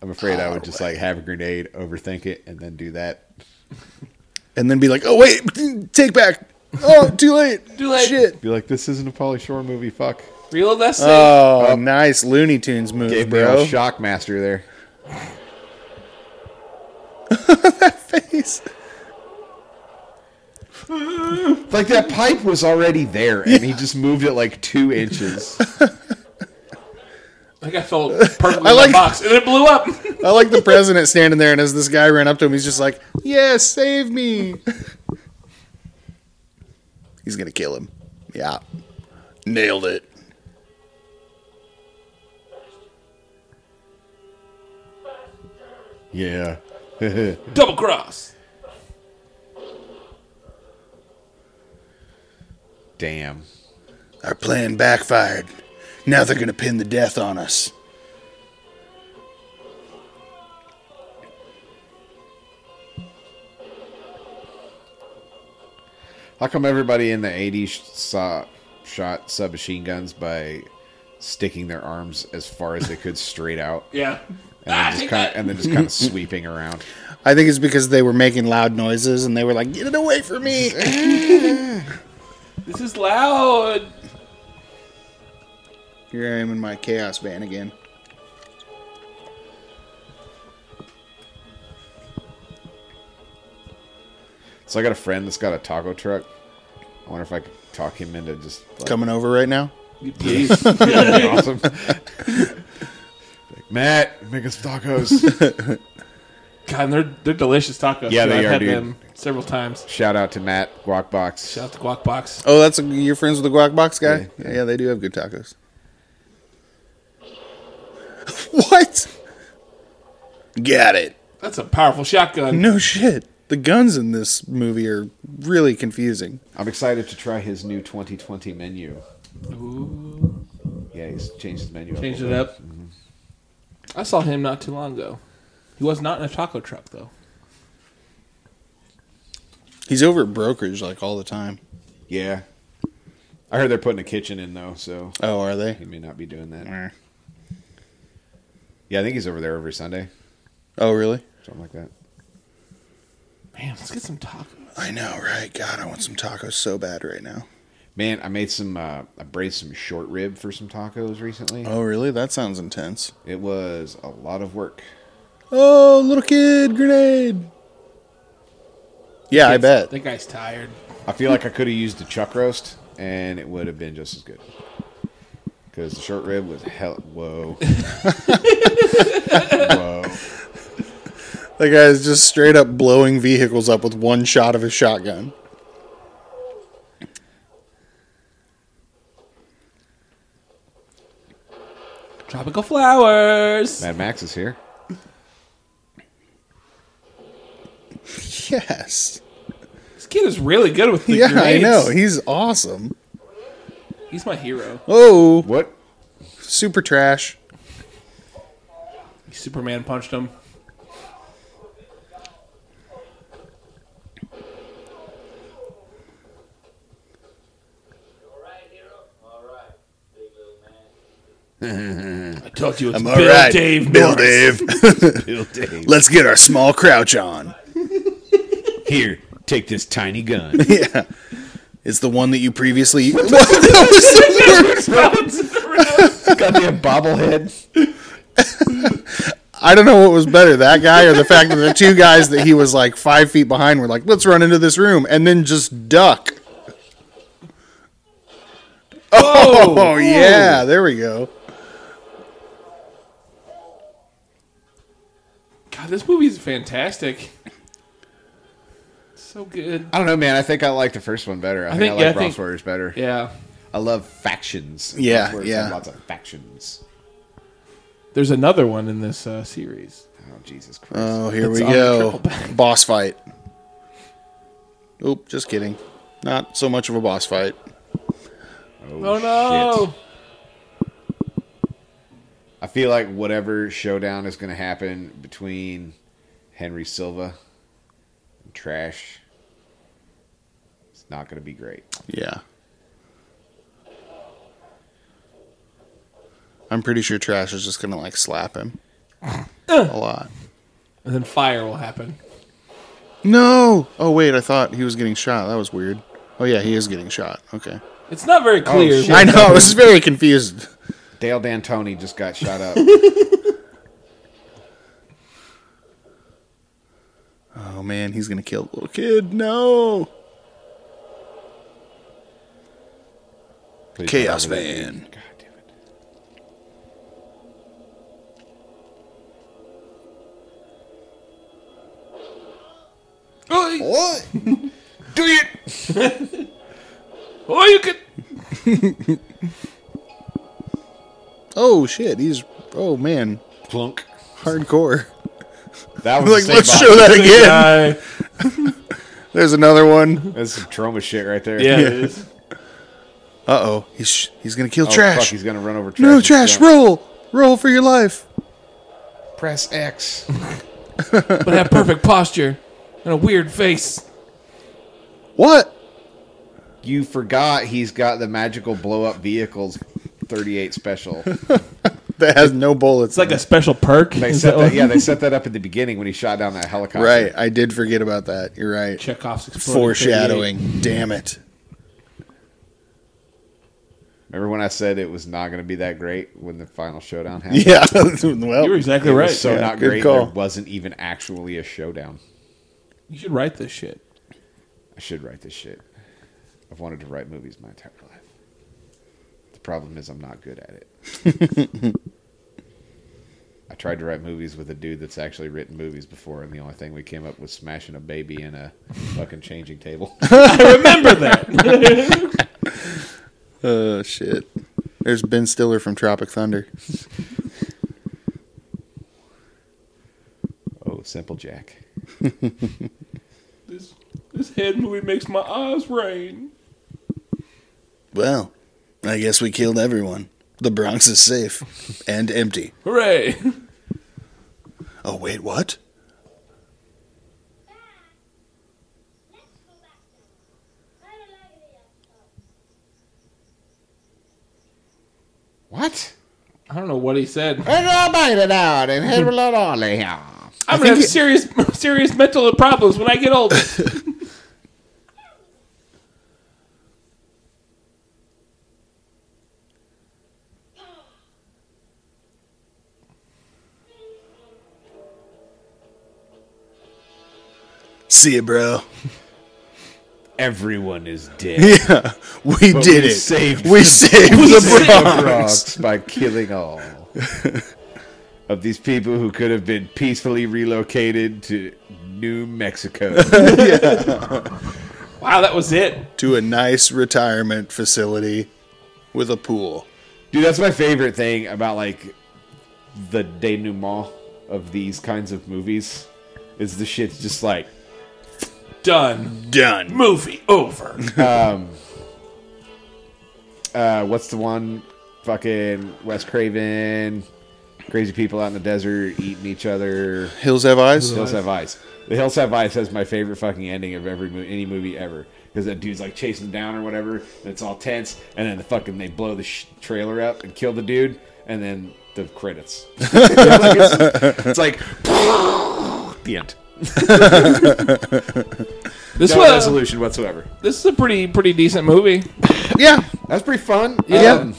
Speaker 3: I'm afraid I would just like have a grenade, overthink it, and then do that.
Speaker 5: And then be like, oh wait, take back. Oh, too late.
Speaker 4: Too late.
Speaker 5: Shit.
Speaker 3: Be like, this isn't a Polly Shore movie. Fuck.
Speaker 4: Reload that safe.
Speaker 5: Oh, nice Looney Tunes move,
Speaker 3: Gave me
Speaker 5: bro.
Speaker 3: a shock master there.
Speaker 5: Face.
Speaker 3: Like that pipe was already there, and he just moved it like two inches.
Speaker 4: like I felt perfectly
Speaker 5: I
Speaker 4: in
Speaker 5: like-
Speaker 4: the box, and it blew up.
Speaker 5: I like the president standing there, and as this guy ran up to him, he's just like, "Yeah, save me." he's gonna kill him. Yeah, nailed it.
Speaker 3: yeah.
Speaker 4: Double cross.
Speaker 3: Damn.
Speaker 5: Our plan backfired. Now they're gonna pin the death on us.
Speaker 3: How come everybody in the 80s saw, shot submachine guns by sticking their arms as far as they could straight out?
Speaker 4: Yeah.
Speaker 3: And
Speaker 4: ah,
Speaker 3: then, just
Speaker 4: take
Speaker 3: kind
Speaker 4: that.
Speaker 3: of, and then just kind of sweeping around.
Speaker 5: I think it's because they were making loud noises, and they were like, "Get it away from me!"
Speaker 4: This is loud.
Speaker 5: Here I am in my chaos van again.
Speaker 3: So I got a friend that's got a taco truck. I wonder if I could talk him into just like,
Speaker 5: Coming over right now.
Speaker 4: Please.
Speaker 3: being awesome. Like, Matt, make us tacos.
Speaker 4: God, they're they're delicious tacos.
Speaker 3: Yeah,
Speaker 4: too.
Speaker 3: they
Speaker 4: I've
Speaker 3: are,
Speaker 4: had
Speaker 3: dude.
Speaker 4: them several times.
Speaker 3: Shout out to Matt Guacbox.
Speaker 4: Shout out to Guac Box.
Speaker 5: Oh, that's your friends with the guac box guy.
Speaker 3: Yeah,
Speaker 5: Yeah, they do have good tacos. what? Got it.
Speaker 4: That's a powerful shotgun.
Speaker 5: No shit. The guns in this movie are really confusing.
Speaker 3: I'm excited to try his new 2020 menu.
Speaker 4: Ooh,
Speaker 3: Yeah, he's changed his menu.
Speaker 4: changed
Speaker 3: a
Speaker 4: it
Speaker 3: little
Speaker 4: up. I saw him not too long ago. He was not in a taco truck though.
Speaker 5: He's over at brokerage like all the time.
Speaker 3: bit. Yeah. I heard they're putting a kitchen in though, so
Speaker 5: Oh, are they?
Speaker 3: He may not be doing that.
Speaker 5: Eh.
Speaker 3: Yeah, I think he's over there every Sunday,
Speaker 5: Oh, really?
Speaker 3: something like that.
Speaker 4: Man, let's get some tacos.
Speaker 5: I know, right? God, I want some tacos so bad right now.
Speaker 3: Man, I made some. Uh, I braised some short rib for some tacos recently.
Speaker 5: Oh, really? That sounds intense.
Speaker 3: It was a lot of work.
Speaker 5: Oh, little kid, grenade. Yeah, I bet.
Speaker 4: That guy's tired.
Speaker 3: I feel like I could have used a chuck roast, and it would have been just as good. Because the short rib was hell. Whoa. whoa.
Speaker 5: The guy's just straight up blowing vehicles up with one shot of his shotgun.
Speaker 4: Tropical flowers.
Speaker 3: Mad Max is here.
Speaker 5: Yes.
Speaker 4: This kid is really good with the
Speaker 5: yeah, I
Speaker 4: grenades.
Speaker 5: know. He's awesome.
Speaker 4: He's my hero.
Speaker 5: Oh,
Speaker 3: What?
Speaker 5: super trash.
Speaker 4: Superman punched him.
Speaker 8: Alright, hero? Alright, big little man.
Speaker 4: I told you it's
Speaker 5: I'm
Speaker 4: Bill
Speaker 5: all right,
Speaker 4: Dave
Speaker 5: Bill
Speaker 4: Norris.
Speaker 5: Dave.
Speaker 3: Bill Dave.
Speaker 5: Let's get our small crouch on.
Speaker 3: Here, take this tiny gun.
Speaker 5: yeah. It's the one that you previously. What? That was the word.
Speaker 10: Goddamn bobblehead.
Speaker 5: I don't know what was better, that guy or the fact that the two guys that he was like five feet behind were like, let's run into this room and then just duck. Oh, yeah, there we go.
Speaker 4: God, this movie is fantastic. So good.
Speaker 3: I don't know, man. I think I like the first one better. I, think,
Speaker 4: think-
Speaker 3: I
Speaker 4: yeah, I
Speaker 3: like Bronze
Speaker 4: think-
Speaker 3: Warriors better.
Speaker 4: Yeah.
Speaker 3: I love factions.
Speaker 5: Yeah,
Speaker 3: Bronze Warriors
Speaker 5: yeah.
Speaker 3: had Lots of factions.
Speaker 4: There's another one in this uh, series.
Speaker 3: Oh Jesus Christ!
Speaker 5: Oh, here
Speaker 4: It's
Speaker 5: we
Speaker 4: on the
Speaker 5: go.
Speaker 4: triple back.
Speaker 5: Boss fight. Oop, just kidding. Not so much of a boss fight.
Speaker 4: Oh, no.
Speaker 3: shit. I feel like whatever showdown is going to happen between Henry Silva and Trash, it's not going to be great.
Speaker 5: Yeah. I'm pretty sure Trash is just gonna like slap him a lot.
Speaker 4: And then fire will happen.
Speaker 5: No. Oh wait, I thought he was getting shot. That was weird. Oh yeah, he is getting shot. Okay.
Speaker 4: It's not very clear.
Speaker 3: shit.
Speaker 5: I know. I was very confused.
Speaker 3: Dale D'Antoni just got shot up.
Speaker 5: Oh man, he's gonna kill the little kid. No.
Speaker 3: Please
Speaker 5: Chaos
Speaker 3: don't have it.
Speaker 5: Van.
Speaker 3: God damn it!
Speaker 4: Oh,
Speaker 3: What? Do it.
Speaker 4: oh, you could.
Speaker 5: Oh shit, he's. Oh man,
Speaker 3: Plunk.
Speaker 5: hardcore.
Speaker 3: That was
Speaker 5: Like,
Speaker 3: the
Speaker 5: let's
Speaker 3: same
Speaker 5: show
Speaker 3: box.
Speaker 5: that again. There's another one.
Speaker 3: That's some trauma shit right there.
Speaker 4: Yeah, it is.
Speaker 5: Uh oh, he's sh- he's gonna
Speaker 3: Oh,
Speaker 5: kill
Speaker 3: Fuck,
Speaker 5: Trash.
Speaker 3: he's gonna run over trash.
Speaker 5: no
Speaker 3: and
Speaker 5: Trash,
Speaker 3: jump.
Speaker 5: roll, roll for your life.
Speaker 3: Press X.
Speaker 4: But have perfect posture and a weird face.
Speaker 5: What?
Speaker 3: You forgot he's got the magical blow up vehicles 38 special.
Speaker 5: That has no bullets.
Speaker 4: It's like a special perk.
Speaker 3: They
Speaker 4: Is
Speaker 3: set
Speaker 4: what-
Speaker 3: that, yeah, they set that up at the beginning when he shot down that helicopter.
Speaker 5: right. I did forget about that. You're right.
Speaker 4: Chekhov's exploding
Speaker 5: Foreshadowing. Damn it.
Speaker 3: Remember when I said it was not going to be that great when the final showdown happened?
Speaker 5: Yeah.
Speaker 4: thing.
Speaker 5: well,
Speaker 4: You're exactly
Speaker 3: It
Speaker 4: right.
Speaker 3: was so
Speaker 5: Yeah,
Speaker 3: not
Speaker 5: good
Speaker 3: great.
Speaker 5: call.
Speaker 3: There wasn't even actually a showdown.
Speaker 4: you should write this shit.
Speaker 3: I should write this shit. I've wanted to write movies my entire life. The problem is I'm not good at it. I tried to write movies with a dude that's actually written movies before, and the only thing we came up with was smashing a baby in a fucking changing table.
Speaker 4: Remember that.
Speaker 5: oh shit. There's Ben Stiller from Tropic Thunder.
Speaker 3: oh, simple Jack.
Speaker 4: this, this head movie makes my eyes rain.
Speaker 5: Well, I guess we killed everyone. The Bronx is safe and empty.
Speaker 4: Hooray!
Speaker 5: Oh wait, what?
Speaker 9: Let's go back now. I don't like the outdoors.
Speaker 3: What?
Speaker 4: I don't know what he said.
Speaker 3: That's
Speaker 4: I'm gonna have serious serious mental problems when I get older.
Speaker 5: See ya, bro.
Speaker 3: Everyone is dead.
Speaker 5: Yeah, we
Speaker 3: But
Speaker 5: did
Speaker 3: we
Speaker 5: it.
Speaker 3: saved
Speaker 5: we
Speaker 3: the-
Speaker 5: saved the Bronx.
Speaker 3: Bronx by killing all of these people who could have been peacefully relocated to New Mexico.
Speaker 4: wow, that was it.
Speaker 5: to a nice retirement facility with a pool.
Speaker 3: Dude, that's my favorite thing about like the denouement of these kinds of movies is the shit's just like
Speaker 4: Done.
Speaker 5: Done.
Speaker 4: Movie over.
Speaker 3: uh, what's the one fucking Wes Craven crazy people out in the desert eating each other
Speaker 5: Hills have eyes.
Speaker 3: The Hills Have Eyes. The Hills Have Eyes has my favorite fucking ending of every movie, any movie ever. Because that dude's like chasing him down or whatever, and it's all tense, and then the fucking they blow the sh- trailer up and kill the dude, and then the credits. Like, it's, it's like the end.
Speaker 4: This
Speaker 3: no
Speaker 4: was
Speaker 3: resolution whatsoever.
Speaker 4: this is a pretty pretty decent movie.
Speaker 5: Yeah.
Speaker 3: That's pretty fun. Um,
Speaker 5: Yeah.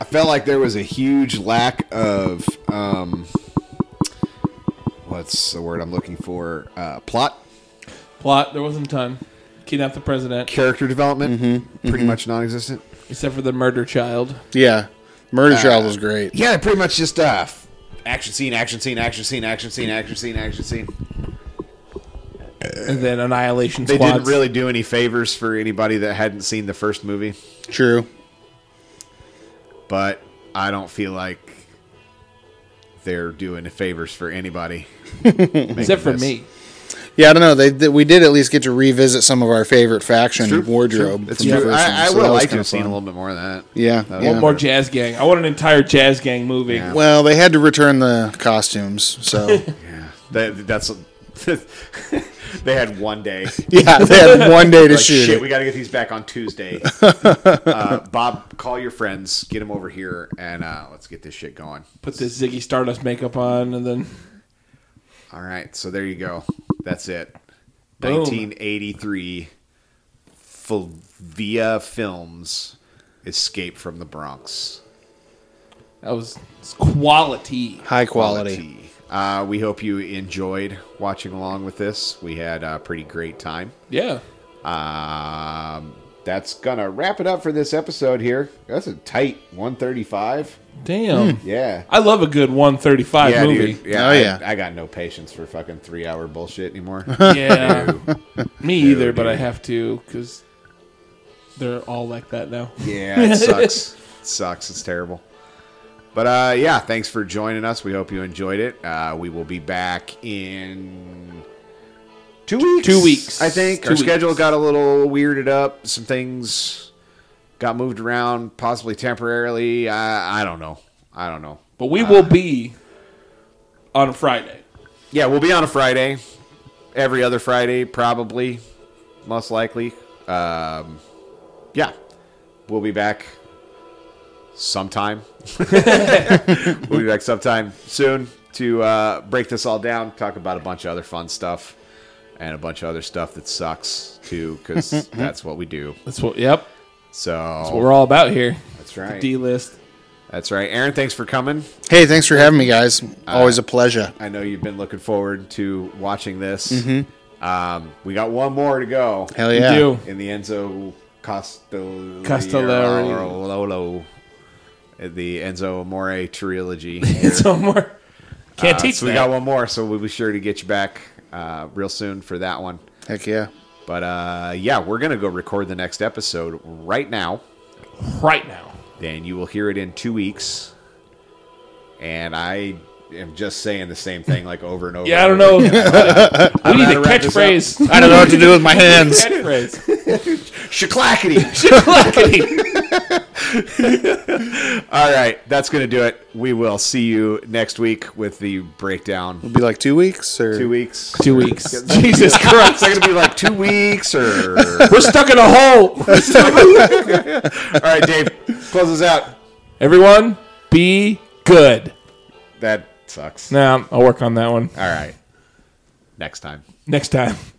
Speaker 3: I felt like there was a huge lack of um, what's the word I'm looking for? Uh, plot,
Speaker 4: Plot there wasn't a ton. Kidnap the president,
Speaker 3: character development, pretty much non-existent.
Speaker 4: except for the murder child.
Speaker 5: Yeah. Murder Child was great.
Speaker 3: Uh, Yeah, pretty much just uh, f- action scene, action scene, action scene, action scene, action scene, action scene.
Speaker 4: and then Annihilation
Speaker 3: They
Speaker 4: Squads.
Speaker 3: didn't really do any favors for anybody that hadn't seen the first movie,
Speaker 5: True.
Speaker 3: but I don't feel like they're doing favors for anybody.
Speaker 4: except for me.
Speaker 5: Yeah, I don't know. They, they- we did at least get to revisit some of our favorite faction wardrobe.
Speaker 3: It's
Speaker 5: from the
Speaker 3: true.
Speaker 5: first one,
Speaker 3: I, I
Speaker 5: so
Speaker 3: would
Speaker 5: that
Speaker 3: have liked
Speaker 5: was
Speaker 3: to
Speaker 5: kinda
Speaker 3: have seen a
Speaker 5: fun.
Speaker 3: little bit more of that.
Speaker 5: Yeah,
Speaker 3: That was
Speaker 5: yeah.
Speaker 4: One more jazz gang. I want an entire jazz gang movie.
Speaker 3: Yeah.
Speaker 5: Well, they had to return the costumes, so
Speaker 3: That, that's they had one day.
Speaker 5: yeah, they had one day to
Speaker 3: Like,
Speaker 5: shoot.
Speaker 3: shit,
Speaker 5: it.
Speaker 3: we got to get these back on Tuesday. uh, Bob, call your friends, get them over here, and uh, let's get this shit going.
Speaker 4: Put this Ziggy Stardust makeup on, and then
Speaker 3: All right, so there you go. That's it.
Speaker 4: Boom.
Speaker 3: 1983 Fulvia Films Escape from the Bronx.
Speaker 4: that was it's quality.
Speaker 5: High quality.
Speaker 3: Uh, we hope you enjoyed watching along with this. We had a pretty great time.
Speaker 4: Yeah.
Speaker 3: Um, that's gonna wrap it up for this episode here. That's a tight 135.
Speaker 4: Damn.
Speaker 3: Yeah.
Speaker 4: I love a good 135
Speaker 3: Hmm. yeah,
Speaker 4: movie.
Speaker 3: dude. Yeah,
Speaker 5: Oh,
Speaker 3: I,
Speaker 5: yeah.
Speaker 3: I got no patience for fucking three hour bullshit anymore.
Speaker 4: Yeah. Me either, but I
Speaker 3: dude.
Speaker 4: have to because they're all like that now.
Speaker 3: yeah, it sucks. It sucks. It's terrible. But uh, yeah, thanks for joining us. We hope you enjoyed it. Uh, we will be back in two weeks.
Speaker 4: Two weeks.
Speaker 3: I think
Speaker 4: Two
Speaker 3: our schedule
Speaker 4: weeks.
Speaker 3: got a little weirded up. Some things got moved around, possibly temporarily. I, I don't know. I don't know.
Speaker 4: But we will be on Friday.
Speaker 3: Yeah, we'll be on a Friday. Every other Friday, probably, most likely. Um, yeah, we'll be back sometime. we'll be back sometime soon to uh, break this all down, talk about a bunch of other fun stuff and a bunch of other stuff that sucks too, because that's what we do.
Speaker 4: That's what. Yep.
Speaker 3: So
Speaker 4: That's what we're all about here.
Speaker 3: that's right.
Speaker 4: D list.
Speaker 3: That's right. Aaron, thanks for coming.
Speaker 5: Hey, thanks for having me, guys. Always a pleasure.
Speaker 3: I know you've been looking forward to watching this.
Speaker 4: Mm-hmm.
Speaker 3: Um, we got one more to go.
Speaker 5: Hell yeah.
Speaker 4: do.
Speaker 3: in the Enzo Costello
Speaker 4: Castellari.
Speaker 3: the Enzo Amore trilogy.
Speaker 4: It's homework. Can't teach
Speaker 3: so
Speaker 4: that.
Speaker 3: we got one more, so we'll be sure to get you back uh, real soon for that one.
Speaker 5: Heck yeah.
Speaker 3: But uh, yeah, we're gonna go record the next episode right now.
Speaker 4: right now.
Speaker 3: Then you will hear it in two weeks. And I am just saying the same thing like over and over.
Speaker 4: Yeah, I don't
Speaker 3: and over
Speaker 4: know. we
Speaker 3: again.
Speaker 4: need a
Speaker 3: wrap this up.
Speaker 4: catchphrase.
Speaker 5: I don't know what to do with my hands.
Speaker 4: catchphrase.
Speaker 3: Shaklackety. All right, that's going to do it. We will see you next week with the breakdown.
Speaker 5: Be like two weeks or
Speaker 3: Two weeks.
Speaker 4: Two weeks.
Speaker 3: Jesus Christ. It's going to be like two weeks or. All
Speaker 4: We're stuck in a hole.
Speaker 3: right, Dave, close us out.
Speaker 4: Everyone, be good.
Speaker 3: That sucks.
Speaker 4: Nah, I'll work on that one
Speaker 3: All right. Next time.
Speaker 4: next time.